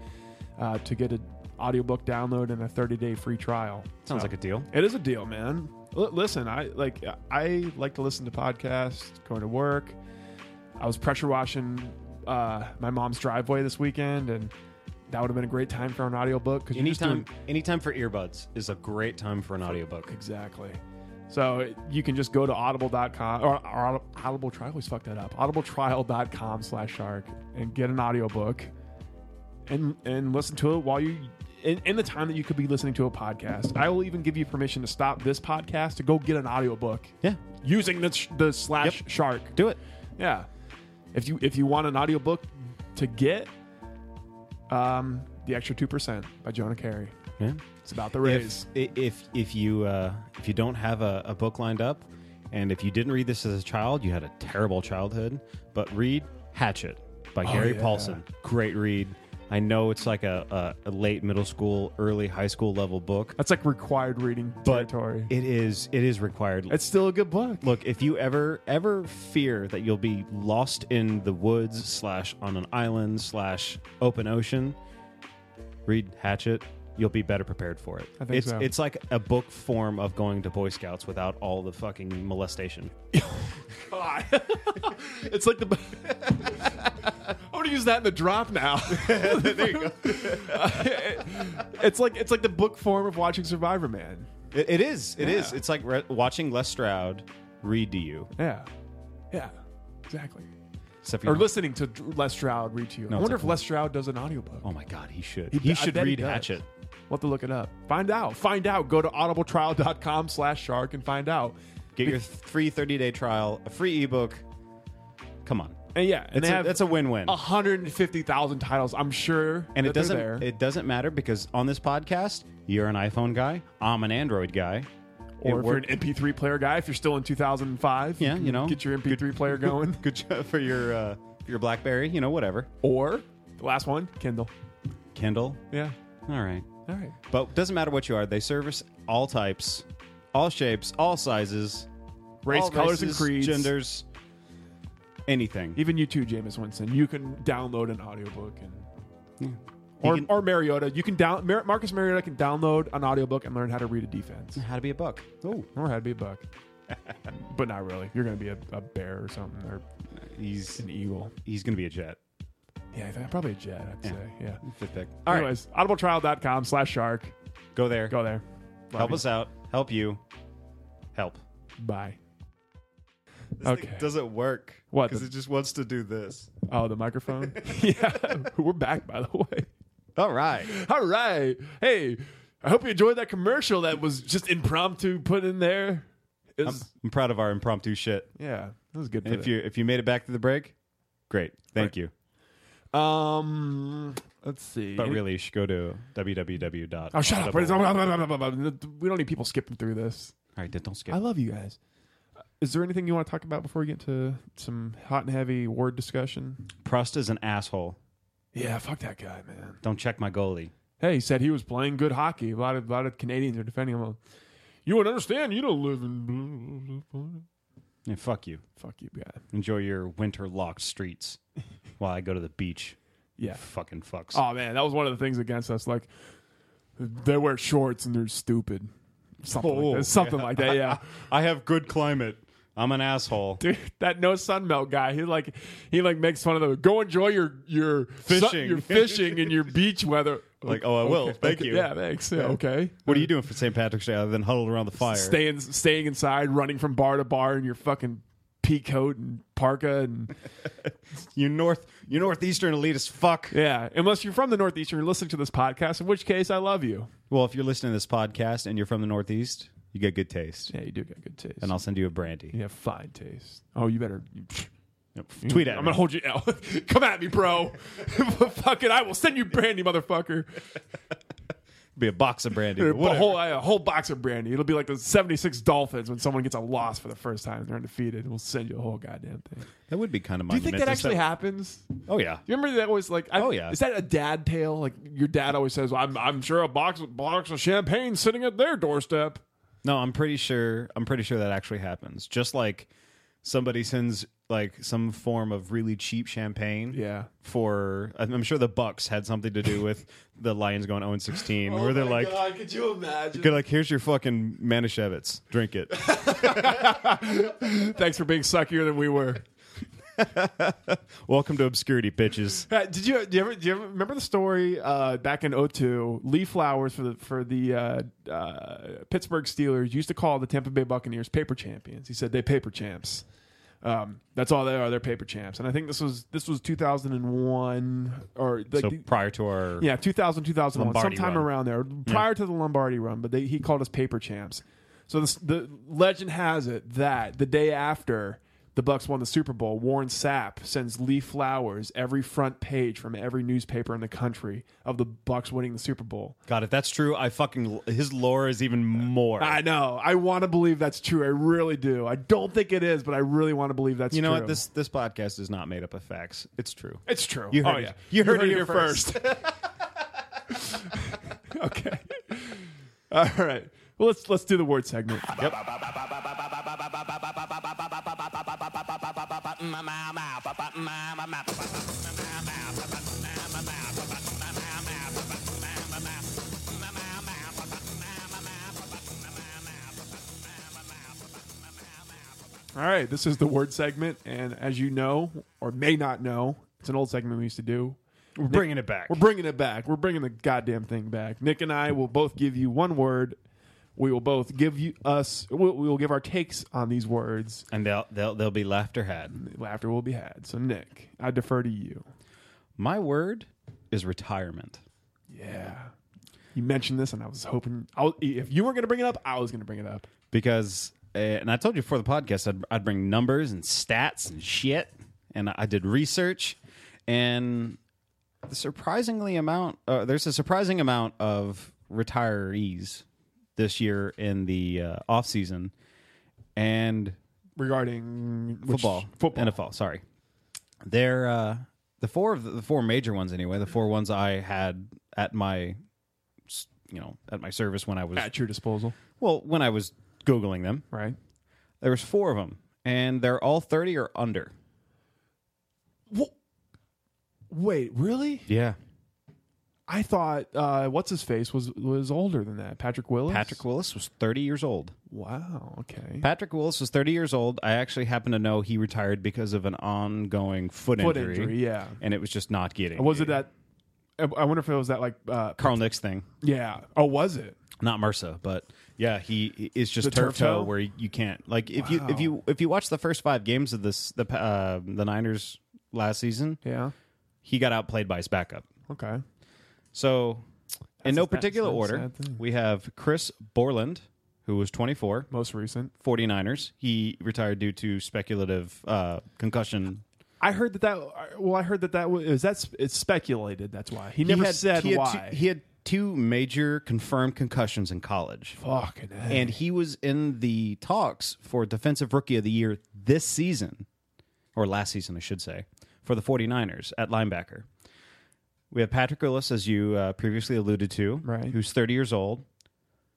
uh, to get an audiobook download and a 30-day free trial.
Sounds like a deal.
It is a deal, man. L- listen, I like I like to listen to podcasts going to work. I was pressure washing uh, my mom's driveway this weekend, and that would have been a great time for an audiobook because
Anytime, anytime for earbuds is a great time for an audiobook.
exactly. So it- you can just go to audible.com or, or audible trial. I always fuck that up. Audibletrial.com slash shark and get an audiobook and and listen to it while you in, in the time that you could be listening to a podcast. I will even give you permission to stop this podcast to go get an audiobook
Yeah,
using the, sh- the slash shark.
do it.
Yeah. If you if you want an audiobook to get um the extra 2% by Jonah Carey.
Yeah.
It's about the
If
raise.
i- if if you uh, if you don't have a, a book lined up, and if you didn't read this as a child, you had a terrible childhood. But read Hatchet by Gary
Oh, yeah.
Paulson. Great read. I know it's like a, a, a late middle school, early high school level book,
That's like required reading
but
territory.
it is it is required.
it's still a good book.
Look, if you ever ever fear that you'll be lost in the woods slash on an island slash open ocean, read Hatchet. You'll be better prepared for it.
I think
it's
so.
it's like a book form of going to Boy Scouts without all the fucking molestation.
God. <laughs> it's like the. <laughs> I want to use that in the drop now. there you go. <laughs> it's like it's like the book form of watching Survivor Man.
It, it is. it is.
Yeah.
It's like re- watching Les Stroud read to you.
Yeah, yeah, exactly.
Except for
Or listening to Dr- Les Stroud read to you. I
it's
wonder
like-
if Les Stroud does an audiobook.
oh my god, he should.
He-
He,
I
should
bet he
read
does.
Hatchet.
We'll have to look it up. Find out. Find out. Go to audibletrial.com slash shark and find out.
Get your free thirty day trial, a free ebook. Come on,
And yeah, and
it's
they
a,
have
it's a win win.
150,000 titles, I'm
and it
sure. that they're
doesn't
there.
it doesn't matter because on this podcast you're an iphone guy i'm an android guy
or
It work-
if you're an MP3 player guy, if you're still in 2005,
Yeah,
can
you know.
get your MP3
<laughs>
player going.
good job for your uh for your blackberry you know whatever
or the last one, Kindle.
kindle
Yeah.
all right
All right.
but doesn't matter what you are they service all types all shapes all sizes
Race,
all
colors,
races,
and creeds.
genders anything
Even you too, Jameis Winston. You can download an audiobook and.
He
Or,
can-
or Mariota, you can down Mar- Marcus Mariota can download an audiobook and learn how to read a defense.
how to be a buck oh
Or how to be
<laughs>
a buck. but not really. You're going to be a, a bear or something, or
he's
an eagle.
he's gonna be a jet
Yeah, I think- probably a jet, I'd say. Yeah.
Fifth pick. All right,
Anyways, audibletrial.com slash shark.
go there
Go there. Love
help
you.
us out help you help
Bye.
This
Okay.
thing doesn't work.
What,
Because
the-
it just wants to do this.
Oh, the <laughs> microphone? yeah. We're back, by the way.
All right.
All right. Hey, I hope you enjoyed that commercial that was just impromptu put in there. It was-
I'm proud of our impromptu shit.
Um, yeah, that was good. For
And if you if you made it back to the break, great. Thank you.
you, um, let's see.
But really, you should go to www.
oh, shut up! We don't need people skipping through this.
All right, then don't skip.
I love you guys. Uh, Is there anything you want to talk about before we get to some hot and heavy word discussion?
Prost is an asshole.
Yeah, fuck that guy, man.
Don't check my goalie.
Hey, he said he was playing good hockey. A lot of lot of Canadians are defending him. You would understand. You don't live in. <laughs> blah, blah, blah, blah."
Yeah, fuck you.
Fuck you, guy.
Enjoy your winter locked streets while I go to the beach.
Yeah.
Fucking fucks.
Oh man, that was one of the things against us. Like they wear shorts and they're stupid. Something
Oh,
like that. Something like that.
<laughs>
Yeah,
I have good climate. I'm an asshole.
dude, that no sunbelt guy. He like he like makes fun of them. Go enjoy your your sun-
Fishing.
your fishing and your beach weather.
<laughs> Like, oh, I will. Thank you.
Yeah, thanks. Yeah, okay.
What are you doing for St. Patrick's Day other than huddled around the fire?
staying staying inside, running from bar to bar in your fucking pea coat and parka and
you north, you northeastern elitist fuck.
yeah. Unless you're from the Northeast and you're listening to this podcast, in which case I love you.
Well, if you're listening to this podcast and you're from the Northeast, you get good taste,
Yeah, you do get good taste.
and I'll send you a brandy.
you have fine taste. Oh, you better
Yep. Tweet at
I'm
me.
gonna hold you <laughs> out. Come at me, bro. Fuck it, I will send you brandy, motherfucker.
be a box of brandy.
A
but whatever.
whole, a whole box of brandy. It'll be like the 76 Dolphins when someone gets a loss for the first time. They're undefeated. We'll send you a whole goddamn thing.
that would be kind of.
Do you think that actually happens?
Oh yeah.
You remember that was like, I,
Oh, yeah.
is that a dad tale? Like your dad always says, "I'm I'm sure a box box of champagne sitting at their doorstep."
No, I'm pretty sure. I'm pretty sure that actually happens. Just like somebody sends like some form of really cheap champagne.
Yeah,
For I'm I'm sure the Bucks had something to
<laughs>
do with the Lions going 0 16, where they're like,
Oh could you imagine?
they're like, here's your fucking Manischewitz, drink it.
Thanks for being suckier than we <laughs> were.
Welcome to obscurity, bitches.
Uh, did you, do you ever do you ever remember the story uh, back in 02, Lee Flowers for the for the uh, uh, Pittsburgh Steelers used to call the Tampa Bay Buccaneers paper champions. He said they paper champs. Um, that's all they are. They're paper champs. And I think this was this was 2001 or <laughs> like
So
the-
prior to our
yeah 2000 2001
Lombardi
sometime
run.
around there prior to the Lombardi run. But they, he called us paper champs. So this, the legend has it that the day after the Bucks won the Super Bowl, Warren Sapp sends Lee Flowers every front page from every newspaper in the country of the Bucks winning the Super Bowl.
God, if that's true, I fucking his lore is even more.
I know. I want to believe that's true. I really do. I don't think it is, but I really want to believe that's
you know
true.
what? This this podcast is not made up of facts. It's true.
it's true.
You heard
oh,
it-
yeah.
you heard it here first. <laughs>
<laughs> okay. All right. Well, let's let's do the word segment. All right, this is the word segment, and as you know or may not know, it's an old segment we used to do.
We're bringing it back.
We're bringing it back. We're bringing the goddamn thing back. Nick and I will both give you one word. We will both give you us. We'll, we will give our takes on these words.
and they'll they'll they'll be laughter had.
Laughter will be had. So Nick, I defer to you.
My word is retirement.
Yeah. You mentioned this, and I was hoping. I was, if you weren't going to bring it up, I was going to bring it up.
because uh, and I told you before the podcast I'd, I'd bring numbers and stats and shit and I, I did research and the surprisingly amount uh, there's a surprising amount of retirees this year in the uh, off season and
regarding which-
football,
football.
NFL. Sorry, they're uh, the four of the, the four major ones anyway. The four ones I had at my s- you know at my service when I was
at your disposal,
well when I was googling them
right?
there was four of them, and they're all thirty or under.
Wait, really?
Yeah,
I thought uh, what's his face was was older than that. Patrick Willis.
Patrick Willis was thirty years old.
Wow. Okay.
Patrick Willis was thirty years old. I actually happen to know he retired because of an ongoing foot,
Foot
injury,
injury. Yeah.
and it was just not getting.
Was it that? I I wonder if it was that like uh,
Carl Nix thing?
yeah. Oh, was it?
Not MRSA, but yeah, he he- it's just
The
turf
turf
toe
toe?
where you can't like if you
Wow.
if you if you watch the first five games of this the uh, the Niners last season,
Yeah.
he got outplayed by his backup.
Okay.
So, in no
a- that's
particular
a
order,
sad thing.
we have Chris Borland, who was 24,
Most recent.
49ers. He retired due to speculative uh, concussion.
I heard that that. Well, I heard that that was is that sp- it's speculated. That's why he never
He had-
said
he had
why.
two- he had two major confirmed concussions in college.
Fucking hell.
And he was in the talks for Defensive Rookie of the Year this season, or last season, I should say, for the 49ers at linebacker. We have Patrick Willis, as you uh, previously alluded to,
Right.
who's 30 years old.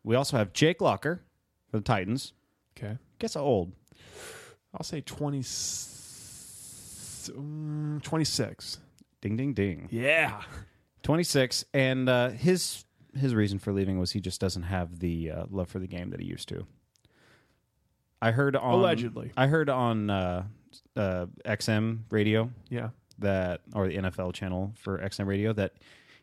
We also have Jake Locker for the Titans.
okay.
Guess how old?
I'll say 20, mm, 26.
Ding, ding, ding.
Yeah.
26. And uh, his his reason for leaving was he just doesn't have the uh, love for the game that he used to. I heard on
Allegedly.
I heard on uh, uh, XM radio
Yeah.
that or the NFL channel for XM Radio that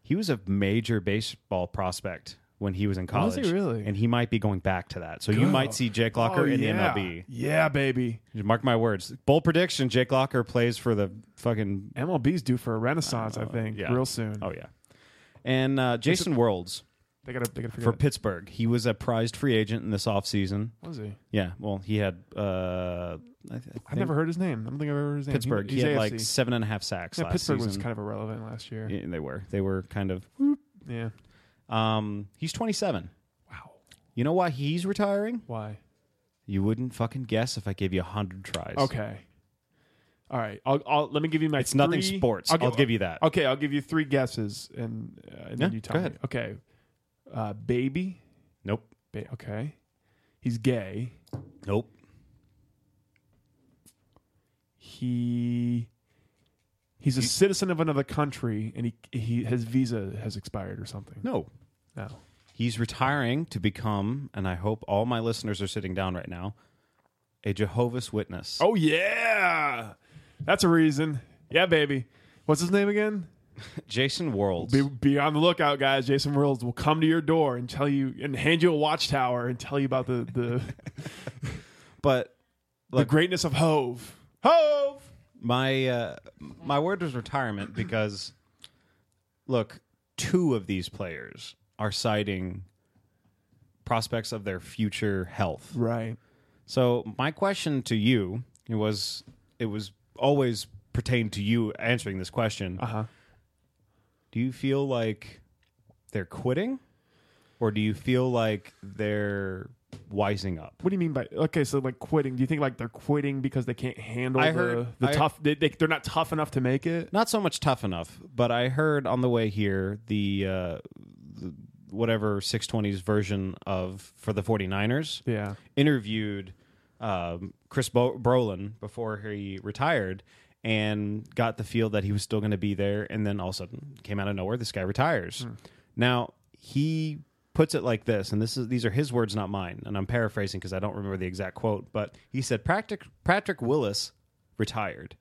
he was a major baseball prospect when he was in
Was
college.
he really?
And he might be going back to that. So you
Good.
might see Jake Locker
Oh,
in
yeah.
the MLB.
Yeah, baby.
Just Mark my words. Bold prediction, Jake Locker plays for the fucking
MLB's due for a renaissance, I think,
yeah.
real soon.
Oh yeah. And uh, Jason Worlds
They gotta they gotta figure
for
out.
Pittsburgh. He was a prized free agent in this offseason.
What was he?
Yeah, well, he had uh, I, th- I
I've
think
never heard his name. I don't think I've ever heard his name.
Pittsburgh.
He,
He,
he's
had
AFC.
like seven and a half sacks
yeah,
last
Pittsburgh was
season.
kind of irrelevant last year.
Yeah, they were they were kind of
Yeah.
Um, he's 27.
Wow.
You know why he's retiring?
Why?
You wouldn't fucking guess if I gave you a hundred tries.
Okay. All right. I'll, I'll let me give you my.
It's nothing
three-
sports. I'll give you that.
Okay, I'll give you three guesses, and, uh, and then
Yeah,
you tell
go
me.
ahead.
Okay. Uh, baby.
Nope.
Ba- okay. He's gay.
Nope.
He. He's a citizen of another country, and he, he his visa has expired or something.
No.
No.
He's retiring to become, and I hope all my listeners are sitting down right now, a Jehovah's Witness.
Oh yeah, that's a reason. Yeah, baby. What's his name again?
Jason Worlds.
Be, be on the lookout, guys. Jason Worlds will come to your door and tell you and hand you a watchtower and tell you about the
<laughs>
the,
But
the greatness of Hove. Hove.
my uh, my word was retirement because look, two of these players are citing prospects of their future health.
Right.
So my question to you it was it was always pertained to you answering this question.
Uh huh.
Do you feel like they're quitting, or do you feel like they're wising up?
What do you mean by okay? So like quitting? Do you think like they're quitting because they can't handle
I
the,
heard-
the
I-
tough? They, they, they're not tough enough to make it.
Not so much tough enough, but I heard on the way here the, uh, the whatever 620s version of for the 49ers
Yeah.
interviewed um, Chris Bo- Brolin before he retired and got the feel that he was still going to be there. And then all of a sudden, came out of nowhere, this guy retires. Now he puts it like this, and this is these are his words, not mine. And I'm paraphrasing because I don't remember the exact quote, but he said, "Patrick Patrick Willis retired.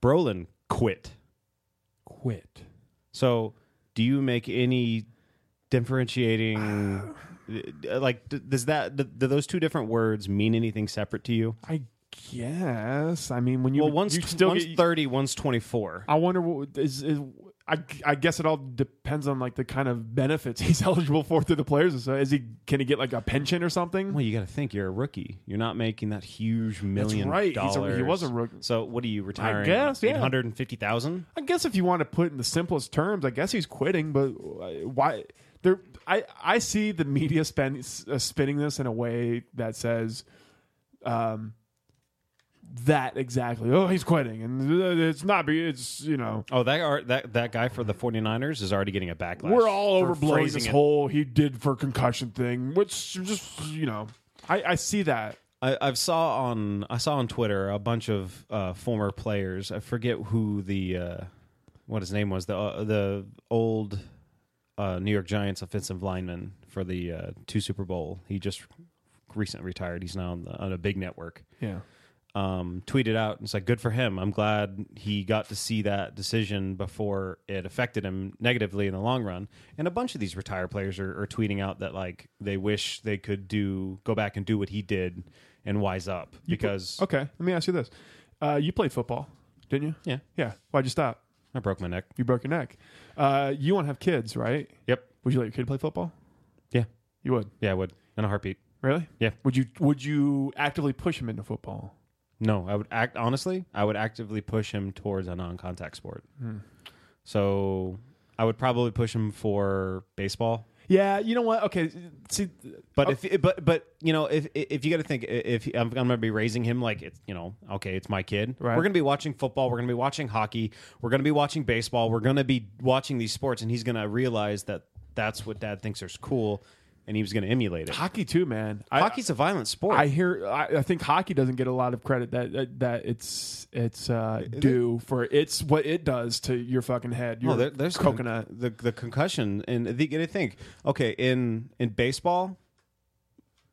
Brolin quit.
Quit.
So, do you make any differentiating? uh, like, d- does that do, do those two different words mean anything separate to you?
I guess. I mean, when you
Well, one's
you still
one's
get-
thirty, one's twenty four.
I wonder what is, is I, I guess it all depends on like the kind of benefits <laughs> he's eligible for through the players. So is he can he get like a pension or something?
Well, you got to think you're a rookie. You're not making that huge
That's
million
right. He's a-
dollars.
he was a rookie.
So, what are you retiring?
guess, yeah.
eight hundred and fifty thousand.
I guess if you want to put it in the simplest terms, I guess he's quitting. But uh, why? There, I I see the media spend, uh, spinning this in a way that says, um, that exactly. Oh, he's quitting, and it's not. be It's you know.
Oh, that are, that that guy for the 49ers is already getting a backlash.
We're all
for
overblowing
phrasing
this
it.
whole he did for concussion thing, which just you know, I, I see that.
I, I've saw on I saw on Twitter a bunch of uh, former players. I forget who the uh, what his name was the uh, the old uh, New York Giants offensive lineman for the uh, two Super Bowl. He just recently retired. He's now on, the, on a big network.
Yeah.
Um, tweeted out and it's like, "Good for him. I'm glad he got to see that decision before it affected him negatively in the long run." And a bunch of these retired players are, are tweeting out that like they wish they could do go back and do what he did and wise up because
Okay. Let me ask you this: uh, You played football, didn't you?
Yeah.
Yeah. Why'd you stop?
I broke my neck.
You broke your neck. Uh, you want to have kids, right?
Yep.
Would you let your kid play football?
Yeah.
You would.
Yeah, I would in a heartbeat.
Really?
Yeah.
Would you Would you actively push him into football?
No, I would act honestly. I would actively push him towards a non-contact sport. So I would probably push him for baseball.
Yeah. You know what? Okay. See,
But if but but you know if if you got to think if I'm, I'm going to be raising him like it's you know okay it's my kid
Right.
we're going to be watching football we're going to be watching hockey we're going to be watching baseball we're going to be watching these sports and he's going to realize that that's what dad thinks is cool and he was going to emulate it.
hockey too, man. I,
Hockey's a violent sport.
I hear. I, I think hockey doesn't get a lot of credit that that, that it's it's uh, due for it's what it does to your fucking head. Your
No, there, there's con-
coconut.
the the concussion, and the, you gotta think. Okay, in in baseball,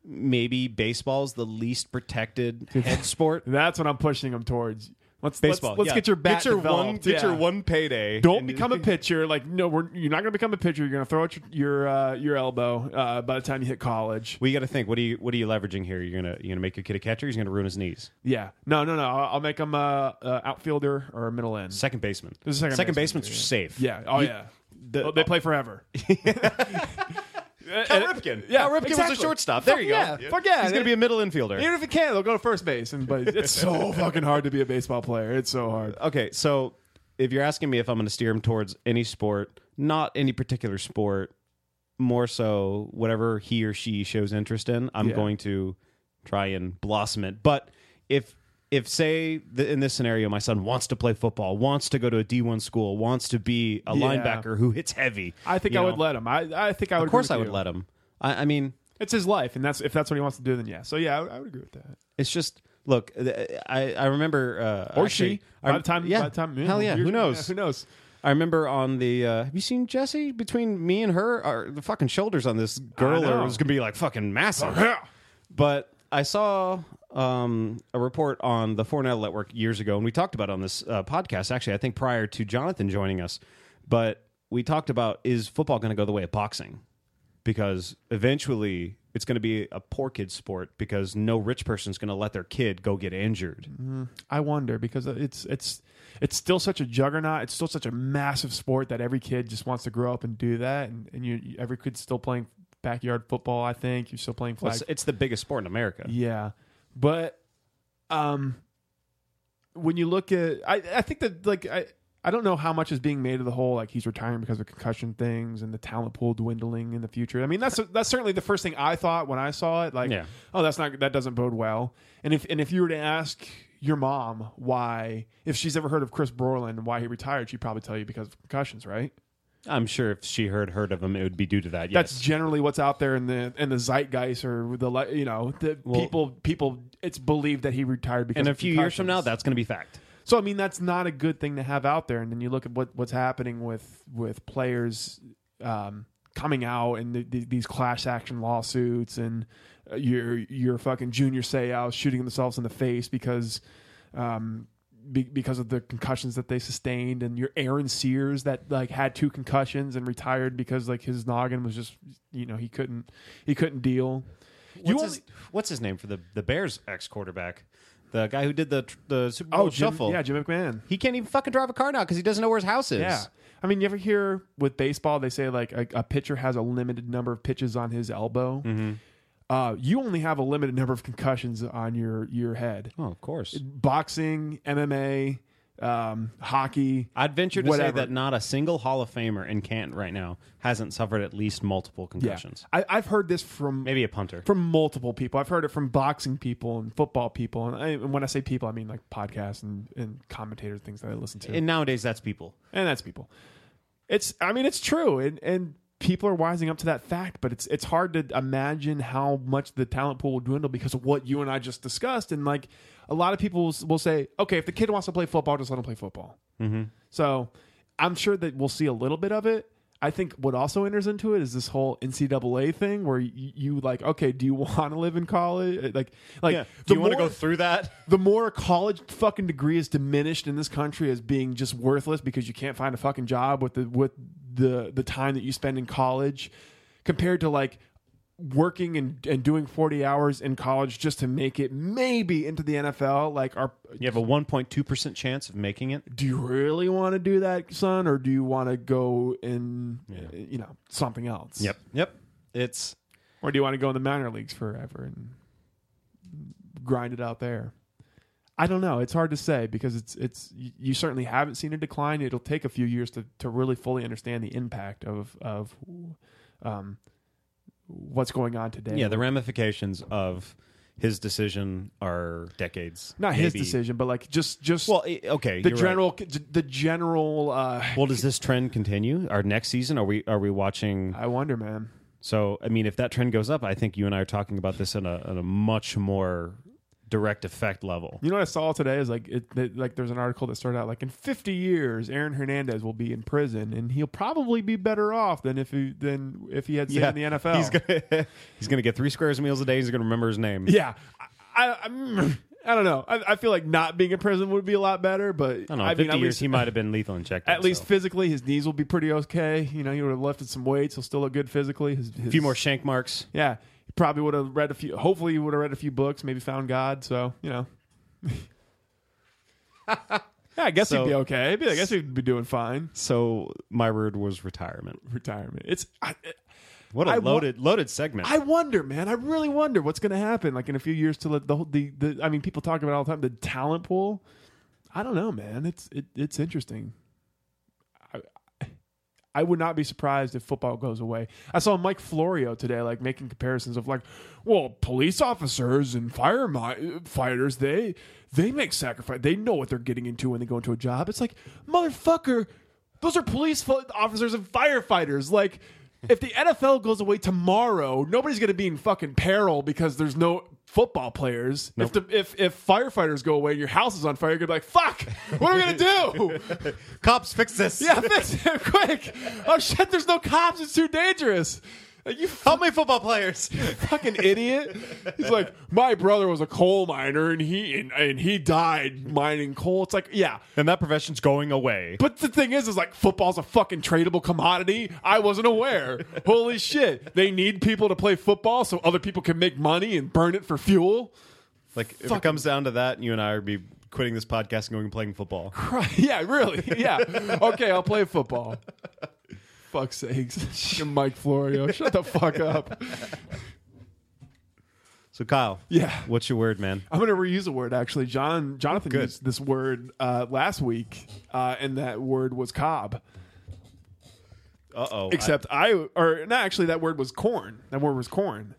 maybe baseball's the least
<laughs>
protected head sport.
That's what I'm pushing them towards. Let's
Baseball.
Let's, let's
yeah.
get your bat
Get your
developed.
one. Get your
Yeah.
one payday.
Don't
and-
become
<laughs>
<laughs> a pitcher. Like no, we're, you're not going to become a pitcher. You're going to throw out your your, uh, your elbow uh, by the time you hit college.
Well, you got to think. What are you What are you leveraging here? You're gonna You're gonna make your kid a catcher. He's gonna ruin his knees.
Yeah, no, no, no. I'll, I'll make him a uh, uh, outfielder or a middle end.
Second baseman.
There's a second baseman,
basemans are safe.
Yeah. Oh yeah.
The,
Oh, they
<laughs>
play forever.
Cal Ripken.
Yeah,
Cal Ripken
exactly.
was a shortstop. There
Fuck
you go.
yeah. Fuck yeah.
He's gonna be a middle infielder.
<laughs> Even if he can, they'll go to first base. And but it's
<laughs>
so fucking hard to be a baseball player. It's so hard.
okay, so if you're asking me if I'm going to steer him towards any sport, not any particular sport, more so whatever he or she shows interest in, I'm
Yeah.
going to try and blossom it. But if if say th- in this scenario, my son wants to play football, wants to go to a D1 school, wants to be a
Yeah.
linebacker who hits heavy,
I think
you
I would
know,
let him. I, I think I would.
Of course, I would let him. I, I mean,
It's his life, and that's if that's what he wants to do, then yeah. So yeah, I, would- I would agree with that.
It's just look. th- I I remember uh,
Or
actually-
she.
I,
by the time,
yeah,
by the time,
hell yeah,
you're-
who knows?
Who knows?
I remember on the uh, have you seen Jesse between me and her? Are the fucking shoulders on this girl
know.
are was gonna be like fucking massive. but I saw um, a report on the Four Now Network years ago, and we talked about it on this uh, podcast. Actually, I think prior to Jonathan joining us, but we talked about is football going to go the way of boxing? Because eventually, it's going to be a poor kid sport because no rich person's going to let their kid go get injured.
I wonder because it's it's it's still such a juggernaut. It's still such a massive sport that every kid just wants to grow up and do that. And, and you, you- every kid's still playing backyard football. I think you're still playing flag.
It's, it's the biggest sport in America.
yeah, but um, when you look at, I I think that like I. I don't know how much is being made of the whole like he's retiring because of concussion things and the talent pool dwindling in the future. I mean that's that's certainly the first thing I thought when I saw it. Like,
Yeah.
oh, that's not that doesn't bode well. And if and if you were to ask your mom why, if she's ever heard of Chris Brolin and why he retired, she'd probably tell you because of concussions, right?
I'm sure if she heard heard of him, it would be due to that. Yes.
That's generally what's out there in the in the zeitgeist or the li- you know the
Well-
people people it's believed that he retired because
and a
of
few years from now,
concussions.
that's going to be fact.
So I mean, that's not a good thing to have out there. And then you look at what what's happening with with players um, coming out and the, the, these class action lawsuits and uh, your your fucking junior Seau shooting themselves in the face because. Um, be, because of the concussions that they sustained, and your Aaron Sears that like had two concussions and retired because like his noggin was just you know he couldn't he couldn't deal.
What's, his, what's his name for the, the Bears ex quarterback? The guy who did the tr- the Super Bowl
oh Jim,
shuffle.
yeah Jim McMahon
He can't even fucking drive a car now because he doesn't know where his house is.
Yeah. I mean, you ever hear with baseball, they say like a, a pitcher has a limited number of pitches on his elbow. Uh, you only have a limited number of concussions on your, your head.
Oh, of course.
Boxing, MMA, um, hockey.
I'd venture to say
Whatever.
that not a single Hall of Famer in Canton right now hasn't suffered at least multiple
Yeah.
concussions.
I, I've heard this from
Maybe a punter.
from multiple people. I've heard it from boxing people and football people. And, I, and when I say people, I mean like podcasts and, and commentators, things that I listen to.
And nowadays, that's people.
and that's people. It's I mean it's true, and and people are wising up to that fact, but it's it's hard to imagine how much the talent pool will dwindle because of what you and I just discussed, and like a lot of people will, s- will say, okay, if the kid wants to play football, just let him play football.
Mm-hmm.
So I'm sure that we'll see a little bit of it. I think what also enters into it is this whole NCAA thing where you, you like, okay, do you <laughs> want to live in college? Like, like the
Do you want to
more-
go through
<laughs>
that?
the more a college fucking degree is diminished in this country as being just worthless because you can't find a fucking job with the with the the time that you spend in college compared to like working and, and doing 40 hours in college just to make it maybe into the NFL like are
You have a 1.2% chance of making it.
do you really want to do that son or do you want to go in you know something else
Yep. It's.
or do you want to go in the minor leagues forever and grind it out there? I don't know. It's hard to say because it's it's you you certainly haven't seen a decline. It'll take a few years to, to really fully understand the impact of of um, what's going on today.
Yeah, the ramifications of his decision are decades.
not his
maybe-
decision, but like just just
Well, i- okay.
the
you're right.
general the general. Uh,
Well, does this trend continue? Our next season, are we are we watching?
I wonder, man.
So, I mean, if that trend goes up, I think you and I are talking about this in a, in a much more direct effect level.
You know what I saw today is like it, that like there's an article that started out like in 50 years Aaron Hernandez will be in prison and he'll probably be better off than if he than if he had stayed in the NFL.
he's gonna <laughs> he's gonna get three squares meals a day. He's gonna remember his name.
<laughs> yeah, I, I, I'm- <laughs> I don't know. I, I feel like not being in prison would be a lot better, but I,
I don't know.
mean,
Fifty
at
years,
least
he might have been lethal and checked.
at least physically his knees will be pretty okay. You know, he would have lifted some weights. He'll still look good physically. His,
a few more shank marks.
Yeah, he probably would have read a few. Hopefully, he would have read a few books. Maybe found God. So you know. yeah, I guess
So-
he'd be okay. He'd be- I guess he'd be doing fine.
So my word was retirement.
Retirement. It's. I,
What a
I wa-
loaded loaded segment.
I wonder, man. I really wonder what's going to happen. Like in a few years, to let the whole the, the. I mean, people talk about it all the time the talent pool. I don't know, man. It's it, it's interesting. I, I would not be surprised if football goes away. I saw Mike Florio today, like making comparisons of like, well, police officers and fire mi- fighters, they they make sacrifice. They know what they're getting into when they go into a job. It's like, motherfucker, those are police fo- officers and firefighters. Like, if the NFL goes away tomorrow, nobody's going to be in fucking peril because there's no football players. If the if if firefighters go away, and your house is on fire. You're gonna be like, fuck. What are we gonna do?
Cops, fix this.
<laughs> yeah, fix it quick. Oh shit, there's no cops. It's too dangerous. Like, you
Help me, football players. <laughs>
fucking idiot. He's like, my brother was a coal miner and he and, and he died mining coal. It's like, yeah.
and that profession's going away.
But the thing is, is like football's a fucking tradable commodity. I wasn't aware. Holy shit. They need people to play football so other people can make money and burn it for fuel.
Like, if it comes down to that, you and I would be quitting this podcast and going and playing football.
Right. Yeah, really. Yeah. Okay, I'll play football. Fuck's sakes. Mike Florio, shut the fuck up.
So, Kyle,
Yeah.
what's your word, man?
I'm going to reuse a word actually. John Jonathan
Good.
used this word uh, last week, uh, and that word was cob.
Uh oh.
Except I, or no, actually, that word was corn. That word was corn,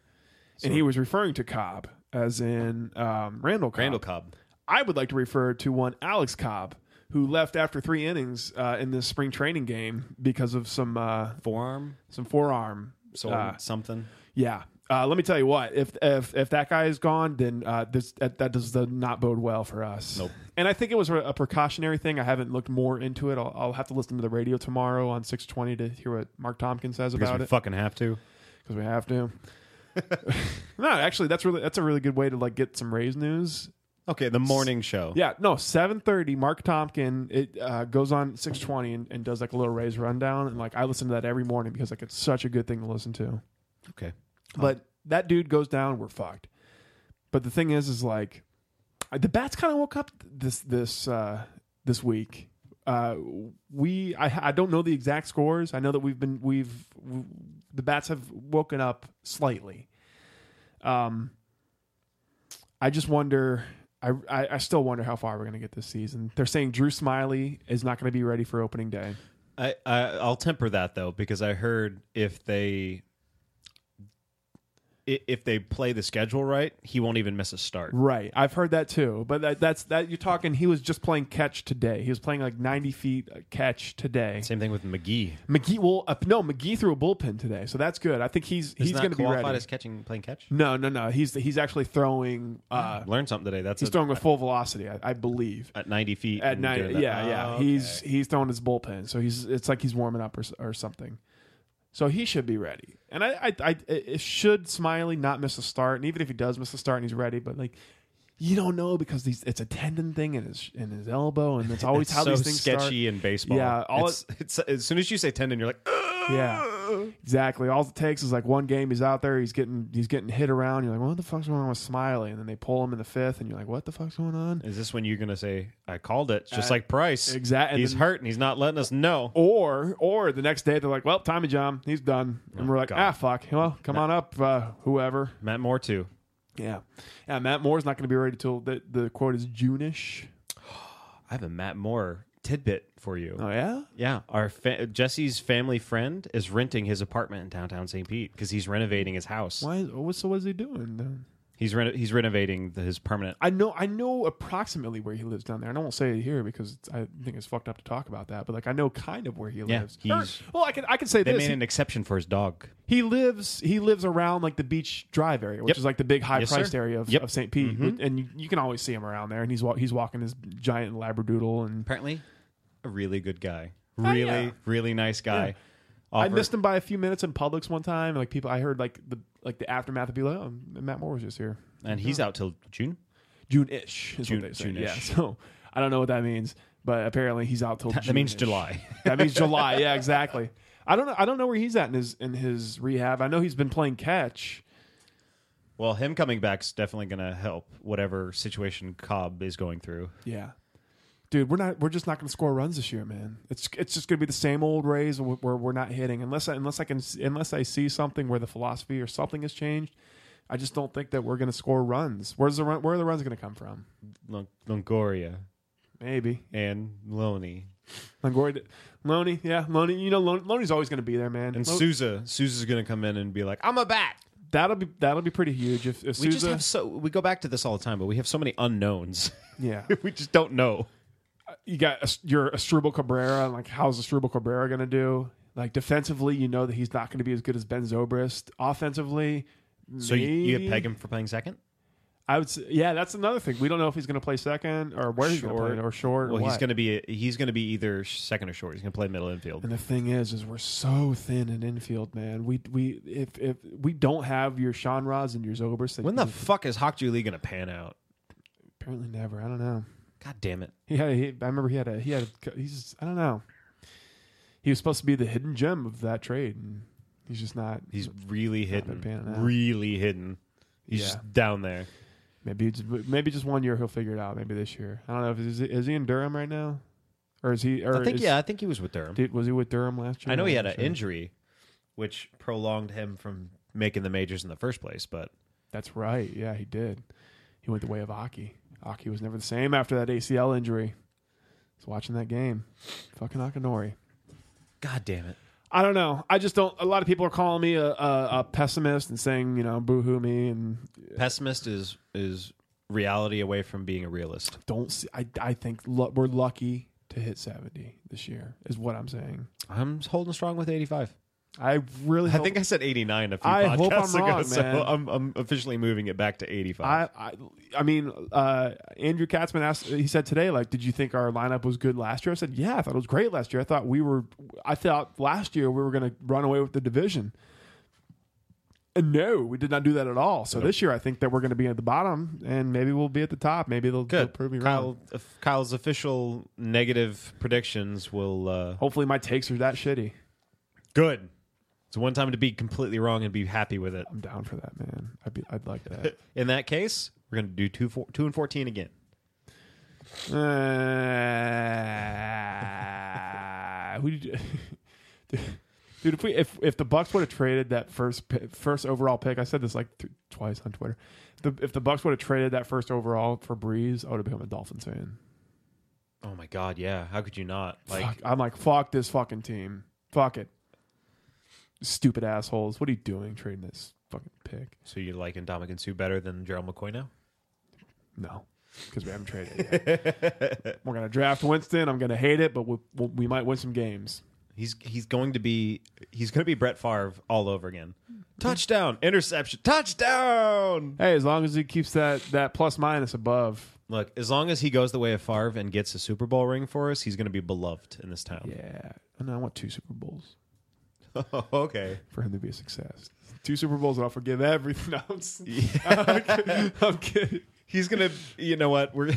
and he was referring to cob as in um, Randall Cobb.
Randall Cobb.
I would like to refer to one Alex Cobb, who left after three innings uh, in this spring training game because of some uh,
Forearm,
some forearm.
soul,
uh,
something.
Yeah. Uh, let me tell you what. If if if that guy is gone, then uh, this that, that does the not bode well for us.
Nope.
And I think it was a precautionary thing. I haven't looked more into it. I'll, I'll have to listen to the radio tomorrow on six twenty to hear what Mark Tompkins says
Because
about
we
it
fucking have to.
because we have
<laughs>
to. no, actually, that's really that's a really good way to like get some Rays news.
Okay, the morning show.
Yeah, no, seven thirty. Mark Tompkin it uh, goes on six twenty and, and does like a little Rays rundown, and like I listen to that every morning because like it's such a good thing to listen to.
Okay.
But that dude goes down, we're fucked. But the thing is, is like the bats kind of woke up this this uh, this week. Uh, we I, I don't know the exact scores. I know that we've been we've w the bats have woken up slightly. Um, I just wonder. I, I, I still wonder how far we're going to get this season. They're saying Drew Smiley is not going to be ready for opening day.
I, I I'll temper that though because I heard if they i- if they play the schedule right, he won't even miss a start.
Right, I've heard that too. But that, that's that you're talking. He was just playing catch today. He was playing like 90 feet uh, catch today.
Same thing with McGee.
McGee, well, uh, no, McGee threw a bullpen today, so that's good. I think he's he's
not
going to be
qualified
ready. Mm.
as catching playing catch.
no, no, no. He's he's actually throwing.
<gasps>
Uh,
Learned something today. That's
he's
a-
throwing with full velocity, I, I believe.
at ninety feet
At
and
night,
doing that.
yeah, yeah.
Oh,
He's
okay.
he's throwing his bullpen, so he's it's like he's warming up or, s- or something. So he should be ready. And I, I, I it should Smiley not miss a start, and even if he does miss a start and he's ready, but like. You don't know because these, it's a tendon thing in his in his elbow, and that's always
It's
how
so
these things start.
sketchy in baseball.
Yeah, all
it's, it's, as soon as you say tendon, you're like, "Ugh."
Yeah, exactly. All it takes is like one game. He's out there. He's getting he's getting hit around. You're like, what the fuck's going on with Smiley? And then they pull him in the fifth, and you're like, what the fuck's going on?
is this when you're gonna say I called it? Just
Uh,
like Price,
exact- and
He's
then-
hurt and he's not letting us know.
Or or the next day they're like, well, Tommy John, he's done. And we're like,
God.
ah, fuck. <laughs> Well, come on up, uh, whoever.
Matt Moore too.
Yeah, yeah. Matt Moore's not going to be ready till the the quote is Juneish.
I have a Matt Moore tidbit for you.
Oh yeah.
Yeah, our fa- Jesse's family friend is renting his apartment in downtown St. Pete because he's renovating his house.
Why? Is, what, so what is he doing? Then?
He's reno- he's renovating the, his permanent.
I know I know approximately where he lives down there, and I won't say it here because it's, I think it's fucked up to talk about that. But like I know kind of where he
Yeah,
lives.
he's-
Or- well, I can I can say
They
this.
made
He-
an exception for his dog.
he lives he lives around like the beach drive area which
Yep.
is like the big high
Yes,
priced
sir.
area of,
Yep.
of st pete and you, you can always see him around there and he's wa- he's walking his giant labradoodle and
Apparently, a really good guy. Really,
Oh, yeah.
really nice guy.
i
Offer-
missed him by a few minutes in publix one time like people i heard like the like the aftermath of be like oh matt moore was just here
and he's
Mm-hmm.
out till June.
june-ish is
June-
what they say
June-ish.
yeah <laughs> so i don't know what that means but apparently he's out till
That means
June-ish.
July.
<laughs> that means july yeah exactly i don't know i don't know where he's at in his in his rehab i know he's been playing catch
well, him coming back's definitely going to help whatever situation Cobb is going through.
Yeah. Dude, we're not. We're just not going to score runs this year, man. It's it's just going to be the same old Rays where where we're not hitting unless I, unless I can unless I see something where the philosophy or something has changed. I just don't think that we're going to score runs. Where's the run, where are the runs going to come from?
Lon- Longoria
Maybe
and Loney
Longoria, Loney, yeah, Loney. You know, Lon- Loney's always going to be there, man.
And
Lo-
Sousa, Sousa's gonna come in and be like, "I'm a bat."
that'll be that'll be pretty huge if, if
We just
Sousa-
have so we go back to this all the time, but we have so many unknowns. <laughs>
yeah.
we just don't know.
you got Ast- your Astrubal Cabrera, and like how's Astrubal Cabrera going to do? Like defensively, you know that he's not going to be as good as Ben Zobrist. Offensively,
So you, you
maybe-
peg him for playing second?
I would, say, yeah, that's another thing. We don't know if he's going to play second or where he's going to
Short.
play or short.
Well,
or
he's
what.
gonna be he's gonna be either second or short. He's gonna play middle infield.
And the thing is, is we're so thin in infield, man. We we if if we don't have your Sean Rods and your Zobers,
When the fuck is Hockey Lee gonna pan out?
apparently never. I don't know.
God damn it!
He had. He, I remember he had a. He had. A, he's. I don't know. He was supposed to be the hidden gem of that trade, and he's just not.
He's really
pan
hidden.
out.
Really hidden. He's
Yeah.
just down there.
Maybe it's- maybe just one year he'll figure it out. Maybe this year. I don't know. If, is, he, is he in Durham right now, or is he? Or
I think
is-
yeah, I think he was with Durham.
Did, was he with Durham last year?
I know he had an
Sure.
injury, which prolonged him from making the majors in the first place. But
That's right. Yeah, he did. He went the way of Aki. Aki was never the same after that ACL injury. I was watching that game. Fucking Akinori.
God damn it!
I don't know. I just don't. A lot of people are calling me a, a, a pessimist and saying, you know, boo hoo me and
Pessimist is is reality away from being a realist.
don't see. I, I think lu we're lucky to hit 70 this year, is what I'm saying.
I'm holding strong with 85.
I really
I
hope-
think I said 89 a few
I
podcasts
hope I'm
ago,
wrong,
so
man.
I'm, I'm officially moving it back to 85.
I, I, I mean, uh, Andrew Katzman asked. He said today, like, did you think our lineup was good last year? I said, yeah, I thought it was great last year. I thought we were. I thought last year we were going to run away with the division. And no, we did not do that at all. So this year, I think that we're going to be at the bottom, and maybe we'll be at the top. Maybe they'll, they'll
Good.
prove me wrong.
Kyle, if Kyle's official negative predictions will. Uh,
Hopefully, my takes are that shitty.
good. It's one time to be completely wrong and be happy with
<laughs>
it.
I'm down for that, man. I'd be, I'd like that.
In that case, we're going to do two, four, two and 14 again.
Uh, <laughs> who did you, dude? If we if if the Bucks would have traded that first pi- first overall pick, I said this like th- twice on Twitter. The, if the Bucks would have traded that first overall for Breeze, I would have become a Dolphins fan.
Oh my God! Yeah, how could you not? Like,
Fuck. I'm like, fuck this fucking team. Fuck it. Stupid assholes. What are you doing trading this fucking pick?
so you like Indomitian and Sue better than Gerald McCoy now?
No, because we haven't traded it yet. We're gonna draft Winston. I'm gonna hate it, but we we'll, we might win some games.
He's he's going to be he's going to be Brett Favre all over again.
Hmm.
Touchdown, interception, touchdown.
Hey, as long as he keeps that that plus minus above.
Look, as long as he goes the way of Favre and gets a Super Bowl ring for us, he's going to be beloved in this town.
Yeah. And I want two Super Bowls
<laughs> okay.
for him to be a success. Two Super Bowls and I'll forgive <laughs> everything else. I'm kidding. I'm kidding.
He's going to you know what? We're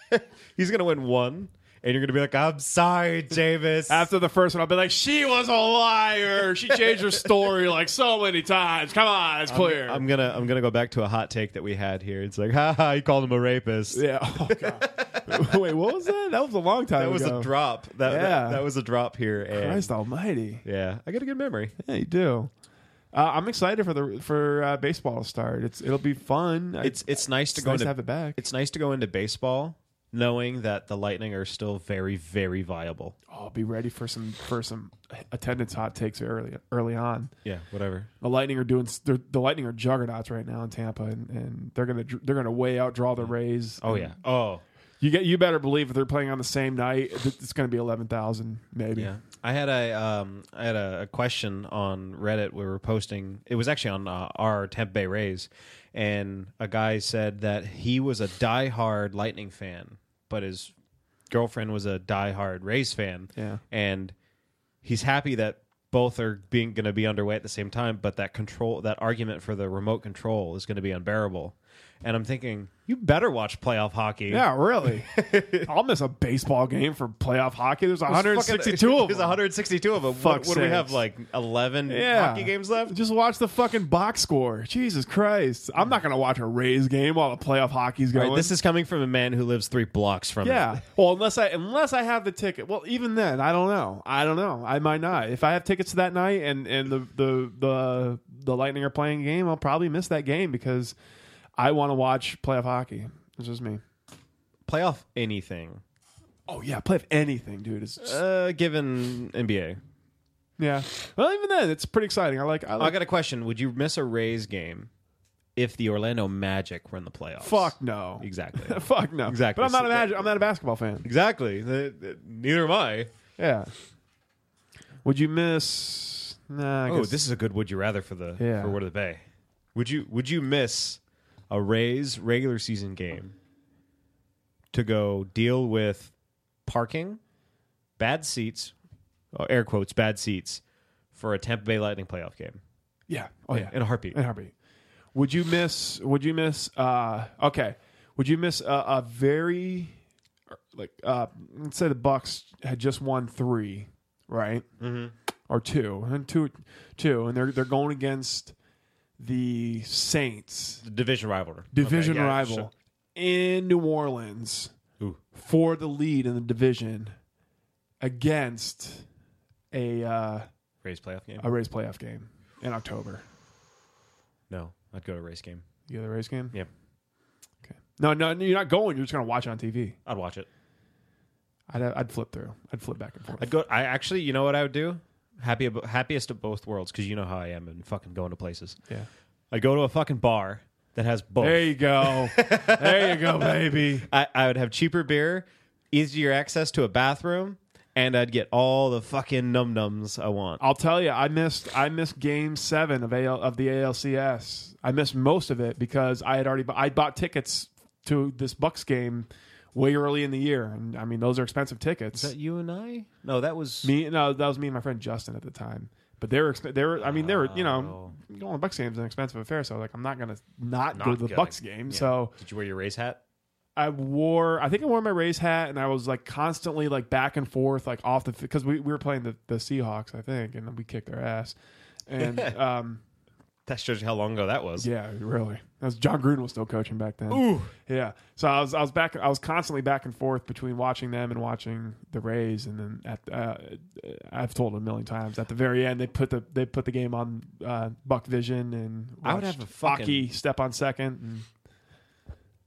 <laughs> He's going to win one and you're going to be like, "I'm sorry, Davis."
After the first one, I'll be like, she was a liar. She changed her story like so many times. Come on, it's clear.
I'm going to I'm going to go back to a hot take that we had here. It's like, "Ha ha, you called him a rapist."
<laughs> yeah. Oh, God. <laughs> Wait, what was that? That was a long time
That was
ago.
a drop. That,
Yeah.
that that was a drop here and
Christ almighty.
Yeah, I got a good memory.
Yeah, you do. Uh, I'm excited for the for uh, baseball to start. It's it'll be fun. I-
It's it's nice to
it's
go
nice to
into
have it back.
it's nice to go into baseball knowing that the Lightning are still very very viable.
I'll be ready for some for some attendance hot takes early early on.
Yeah, whatever.
The Lightning are doing they're, the Lightning are juggernauts right now in Tampa, and, and they're gonna they're gonna way outdraw the Rays.
Oh yeah. Oh
you get you better believe if they're playing on the same night, th- it's gonna be eleven thousand maybe.
yeah. I had a um I had a, a question on Reddit we were posting. It was actually on uh, our Tampa Bay Rays, and a guy said that he was a diehard Lightning fan, but his girlfriend was a diehard Rays fan.
Yeah.
and he's happy that both are being going to be underway at the same time but that control that argument for the remote control is going to be unbearable and i'm thinking you better watch playoff hockey
Yeah, really.
<laughs>
I'll miss a baseball game for playoff hockey. There's 162 of
There's
them.
162 of them.
Fuck's
what what do we have?
sakes.
Like 11
Yeah.
hockey games left?
Just watch the fucking box score. Jesus Christ. I'm not gonna watch a Rays game while the playoff hockey's
All
going.
right, this is coming from a man who lives three blocks from
Yeah. Well, unless I unless I have the ticket. Well, even then, I don't know. I don't know. I might not. If I have tickets to that night and and the the the the Lightning are playing a game, I'll probably miss that game because I want to watch playoff hockey. It's just me.
it. Playoff anything.
Oh yeah, play of anything, dude. It's just,
Uh, given NBA,
yeah. Well, even then, it's pretty exciting. I like. I
I
like.
got a question. Would you miss a Rays game if the Orlando Magic were in the playoffs?
fuck no.
Exactly. <laughs>
fuck no.
Exactly.
But I'm not a
So-
magic, I'm not a basketball fan.
exactly. The- the- neither am I.
Yeah. Would you miss? Nah. I
Oh,
guess-
this is a good would you rather for the
Yeah.
for Word of the Bay. Would you would you miss a Rays regular season game to go deal with parking, bad seats, uh, air quotes bad seats for a Tampa Bay Lightning playoff game
Yeah. Oh yeah.
in a heartbeat?
In a heartbeat. Would you miss? Would you miss? Uh, okay. Would you miss a, a very like uh, let's say the Bucks had just won three, right?
Mhm.
Or two and two, two, and they're they're going against the Saints,
Division rivalry.
division
Okay, yeah,
rival
sure.
in New Orleans
Ooh.
for the lead in the division against a uh,
Rays playoff game.
a Rays playoff game in October.
no, I'd go to a race game.
You go to the Rays game?
Yep.
Okay. No, no, you're not going. You're just gonna watch it on TV.
I'd watch it.
I'd uh, I'd flip through. I'd flip back and forth.
I'd go. I actually, you know what I would do? Happy, abo- happiest of both worlds, because you know how I am and fucking going to places. <laughs>
yeah.
I'd go to a fucking bar that has both.
There
<laughs>
you go. there you go, baby.
I, I would have cheaper beer, easier access to a bathroom, and I'd get all the fucking num nums I want.
I'll tell you, I missed I missed Game Seven of AL, of the ALCS. I missed most of it because I had already bu- I bought tickets to this Bucks game way early in the year, and I mean those are expensive tickets.
you and I? No, that was
me no, that was me and my friend Justin at the time. But they were exp- they were I mean they were you know going to Bucks games is an expensive affair, so like I'm not gonna not, go to the
gonna-
Bucks game.
yeah.
So
Did you wear your Rays hat?
I wore I think I wore my Rays hat and I was like constantly like back and forth like off the because we, we were playing the, the Seahawks I think and we kicked their ass and um
That shows you how long ago that was.
yeah really that was John Gruden was still coaching back then
Ooh.
yeah so I was I was back I was constantly back and forth between watching them and watching the Rays and then at uh, I've told it a million times at the very end they put the they put the game on uh, Buck Vision and
I would
watched
have a fucking-
Aki step on second and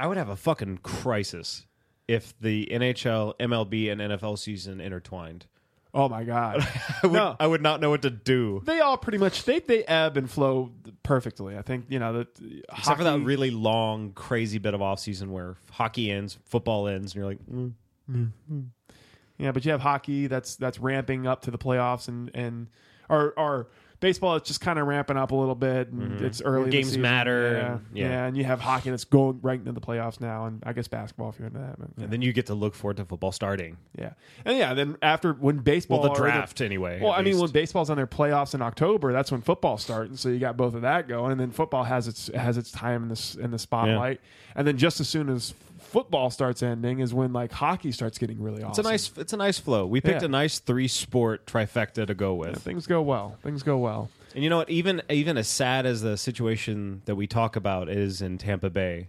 I would have a fucking crisis if the NHL, MLB, and NFL season intertwined.
oh my god
<laughs> I would,
No.
I would not know what to do.
they all pretty much they they ebb and flow perfectly. I think you know that
Except for that really long, crazy bit of offseason where hockey ends, football ends, and you're like, mm.
yeah, but you have hockey that's that's ramping up to the playoffs and and or or baseball it's just kind of ramping up a little bit and it's early in the
Mm-hmm. Games
season.
matter
yeah.
and- yeah.
yeah, and you have hockey that's going right into the playoffs now and I guess basketball if you're into that. But, yeah.
and then you get to look forward to football starting.
yeah, and yeah, then after when baseball
Well, the
or
draft, anyway.
Well,
at
I mean,
least.
when baseball's on their playoffs in October, that's when football starts, and so you got both of that going, and then football has its has its time in this in the spotlight, and then just as soon as football starts ending is when like hockey starts getting really awesome.
It's a nice it's a nice flow. We picked
Yeah.
a nice three sport trifecta to go with.
things go well. Things go well.
And you know what, even even as sad as the situation that we talk about is in Tampa Bay,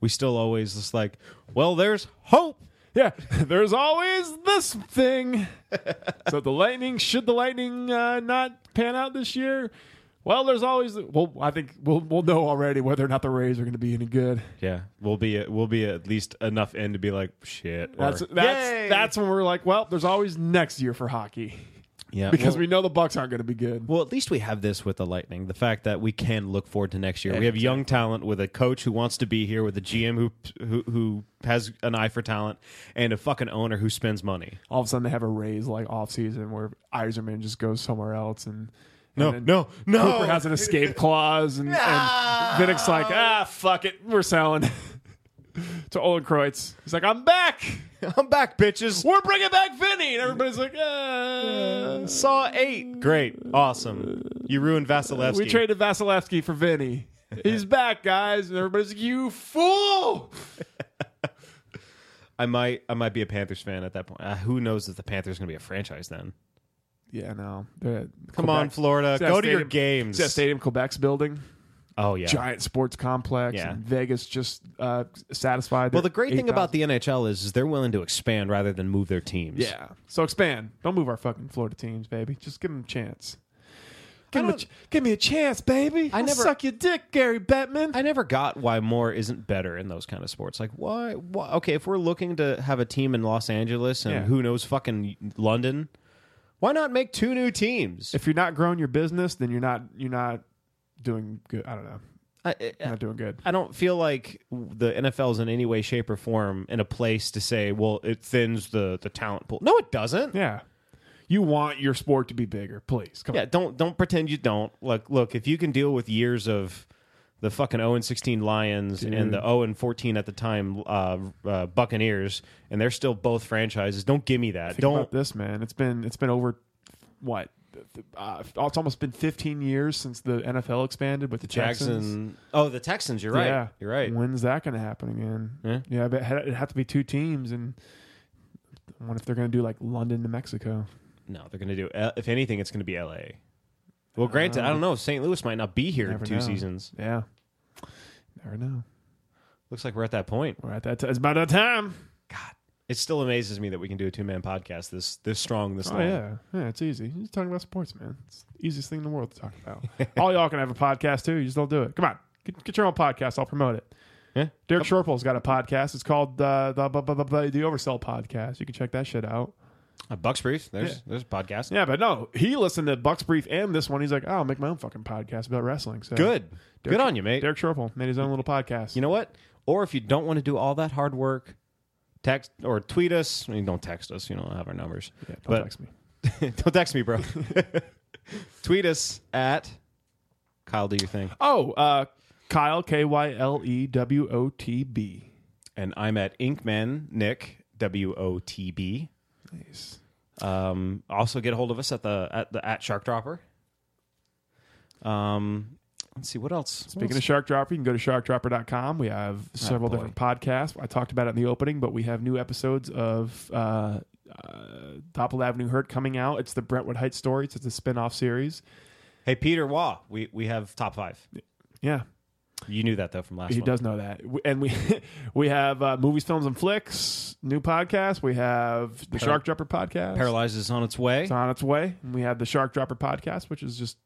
we still always just like, well, there's hope.
Yeah, <laughs> there's always this
<laughs>
thing. so the lightning, should the lightning uh, not pan out this year? Well, there's always. Well, I think we'll we'll know already whether or not the Rays are going to be any good.
Yeah, we'll be we'll be at least enough in to be like shit. or-
That's that's
Yay!
that's when we're like, well, there's always next year for hockey.
yeah
because
well,
we know the Bucks aren't going to be good.
well, at least we have this with the Lightning. The fact that we can look forward to next year. We have young talent with a coach who wants to be here, with a GM who who, who has an eye for talent, and a fucking owner who spends money.
All of a sudden, they have a raise like off season where Eiserman just goes somewhere else, and
No,
and then
no, no.
Cooper has an escape clause, and, and Vinnick's like, ah, fuck it, we're selling <laughs> to Olin Kreutz. He's like, I'm back,
<laughs> I'm back, bitches.
we're bringing back Vinny, and everybody's like, ah.
Saw eight. Great. Awesome. You ruined Vasilevsky.
we traded Vasilevsky for Vinny. He's back, guys, and everybody's like, you fool.
I might I might be a Panthers fan at that point. Uh, who knows if the Panthers going to be a franchise then?
Yeah, no. Come
Come on, Florida. Go to your games.
Stadium Quebec's building.
oh yeah.
giant sports complex.
Yeah.
And Vegas just uh, satisfied.
Well,
their
the great thing
8,000
about the NHL is, is they're willing to expand rather than move their teams.
yeah. So expand. Don't move our fucking Florida teams, baby. Just give them a chance. Give,
I
me a,
don't-
ch- give me a chance, baby.
I
I'll
never-
suck your dick, Gary Bettman.
I never got why more isn't better in those kind of sports. Like, why? why okay, if we're looking to have a team in Los Angeles and
Yeah.
who knows fucking London, why not make two new teams?
if you're not growing your business, then you're not you're not doing good. I don't know.
I,
You're
I,
not doing good.
I don't feel like the NFL is in any way, shape, or form in a place to say, well, it thins the, the talent pool. No, it doesn't.
Yeah. You want your sport to be bigger, please. Come
Yeah,
on.
don't don't pretend you don't. Look, look, if you can deal with years of the fucking 0 and 16 Lions and
Mm.
the 0 and 14 at the time uh, uh, Buccaneers, and they're still both franchises, don't give me that.
Think
don't
about this, man. It's been it's been over what? Uh, it's almost been 15 years since the NFL expanded with the
Jackson.
Texans.
Oh, the Texans. You're right.
Yeah,
You're right.
When's that going to happen again?
Yeah.
yeah but it'd have to be two teams, and I wonder if they're going to do like London to Mexico.
No, they're going to do. uh, If anything, it's going to be L.A. Well, granted, I don't know. St. Louis might not be here in
Never
two
know.
seasons.
Yeah, never know.
Looks like we're at that point.
We're at that. T- it's about that time.
It still amazes me that we can do a two man podcast this this strong this
Oh
long.
yeah, yeah. It's easy. You're just talking about sports, man. It's the easiest thing in the world to talk
<laughs>
about. All y'all can have a podcast too. You just don't do it. Come on, get, get your own podcast. I'll promote it.
Yeah.
Derek Shorple's got a podcast. It's called uh, the, the, the, the, the Oversell Podcast. You can check that shit out.
Uh, Bucks brief. There's
Yeah.
there's a podcast.
Yeah, but no, he listened to Buck's Brief and this one. He's like, oh, I'll make my own fucking podcast about wrestling. So
Good. Good on you, mate.
Derek Sherpel made his own little podcast.
You know what? Or if you don't want to do all that hard work, text or tweet us. I mean, don't text us. You don't have our
<laughs>
numbers.
yeah, don't
but-
text me.
don't text me, bro. <laughs> tweet us at Kyle. Do your thing.
Oh, uh, Kyle K Y L E W O T B.
and I'm at Inkman Nick W O T B.
Nice.
Um, also get a hold of us at the at the at Shark Dropper. Um, let's see what else.
Speaking of Shark Dropper, you can go to sharkdropper.com. We have several
boy.
different podcasts. I talked about it in the opening, but we have new episodes of uh, uh, Doppel Avenue Hurt coming out. It's the Brentwood Heights stories. It's a spin off series.
hey Peter Waugh, we we have top five.
Yeah,
You knew that though from last.
He
one.
does know that, We- and we <laughs> we have uh, movies, films, and flicks. New podcast. We have the Shark Dropper podcast.
Paralyzed is on its way.
It's on its way. And we have the Shark Dropper podcast, which is just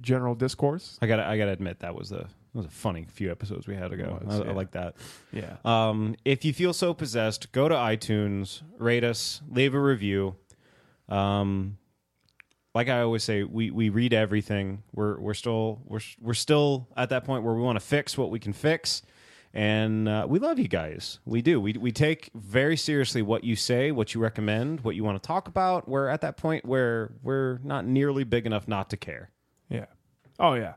general discourse.
I gotta I gotta admit that was a that was a funny few episodes we had to go.
It was,
I, I
yeah.
like that.
Yeah,
Um, if you feel so possessed, go to iTunes, rate us, leave a review. Um, like I always say, we, we read everything. We're we're still we're we're still at that point where we want to fix what we can fix, and uh, we love you guys. We do. We we take very seriously what you say, what you recommend, what you want to talk about. We're at that point where we're not nearly big enough not to care.
yeah. Oh yeah.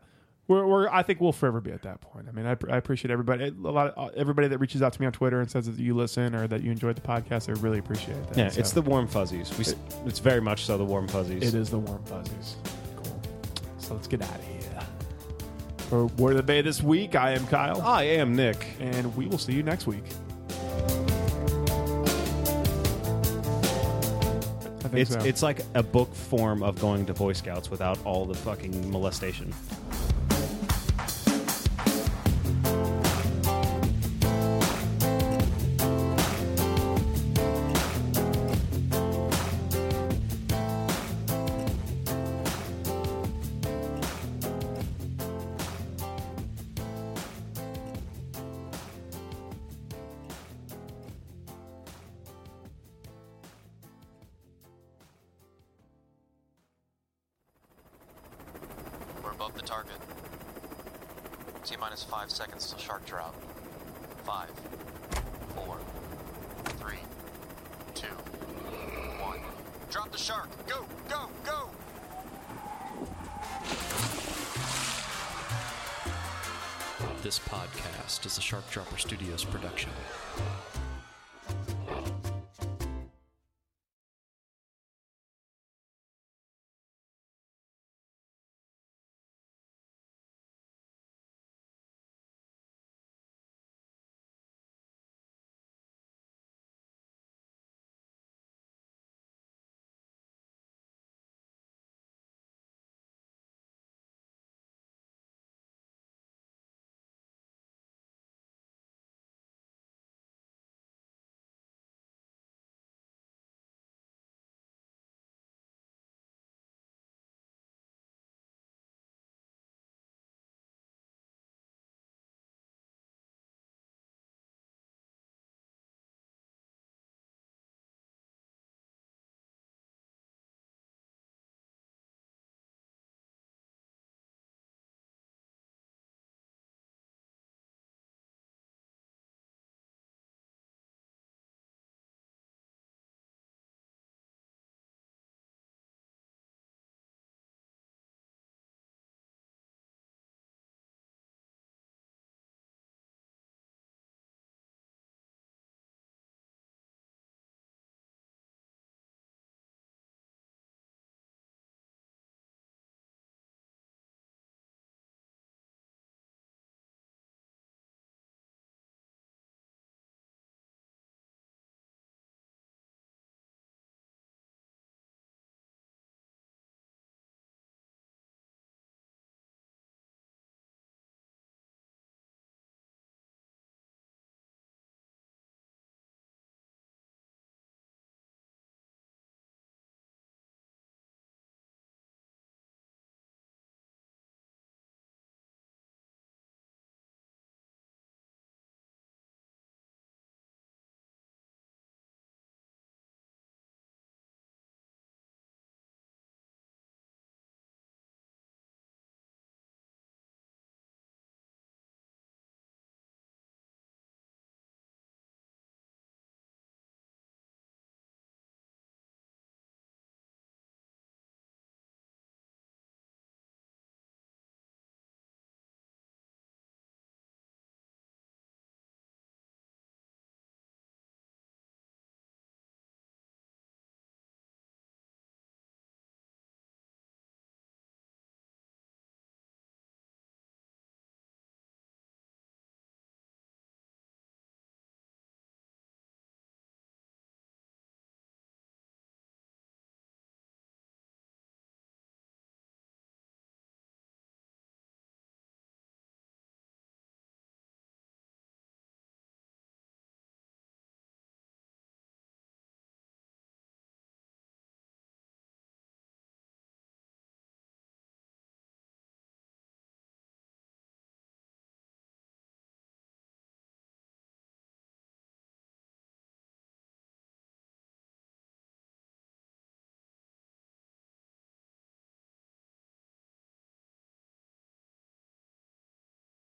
We're, we're, I think we'll forever be at that point. I mean, I, I appreciate everybody. A lot of uh, everybody that reaches out to me on Twitter and says that you listen or that you enjoyed the podcast. I really appreciate that.
Yeah,
So,
it's the warm fuzzies. We, s it's very much so the warm fuzzies.
it is the warm fuzzies. Cool. So let's get out of here. For Word of the Bay this week, I am Kyle.
I am Nick.
and we will see you next week. I think
It's
so.
it's like a book form of going to Boy Scouts without all the fucking molestation.
We're above the target. T minus five seconds till shark drop. Five, four, three, two, one. Drop the shark! Go, go, go!
This podcast is a Shark Dropper Studios production.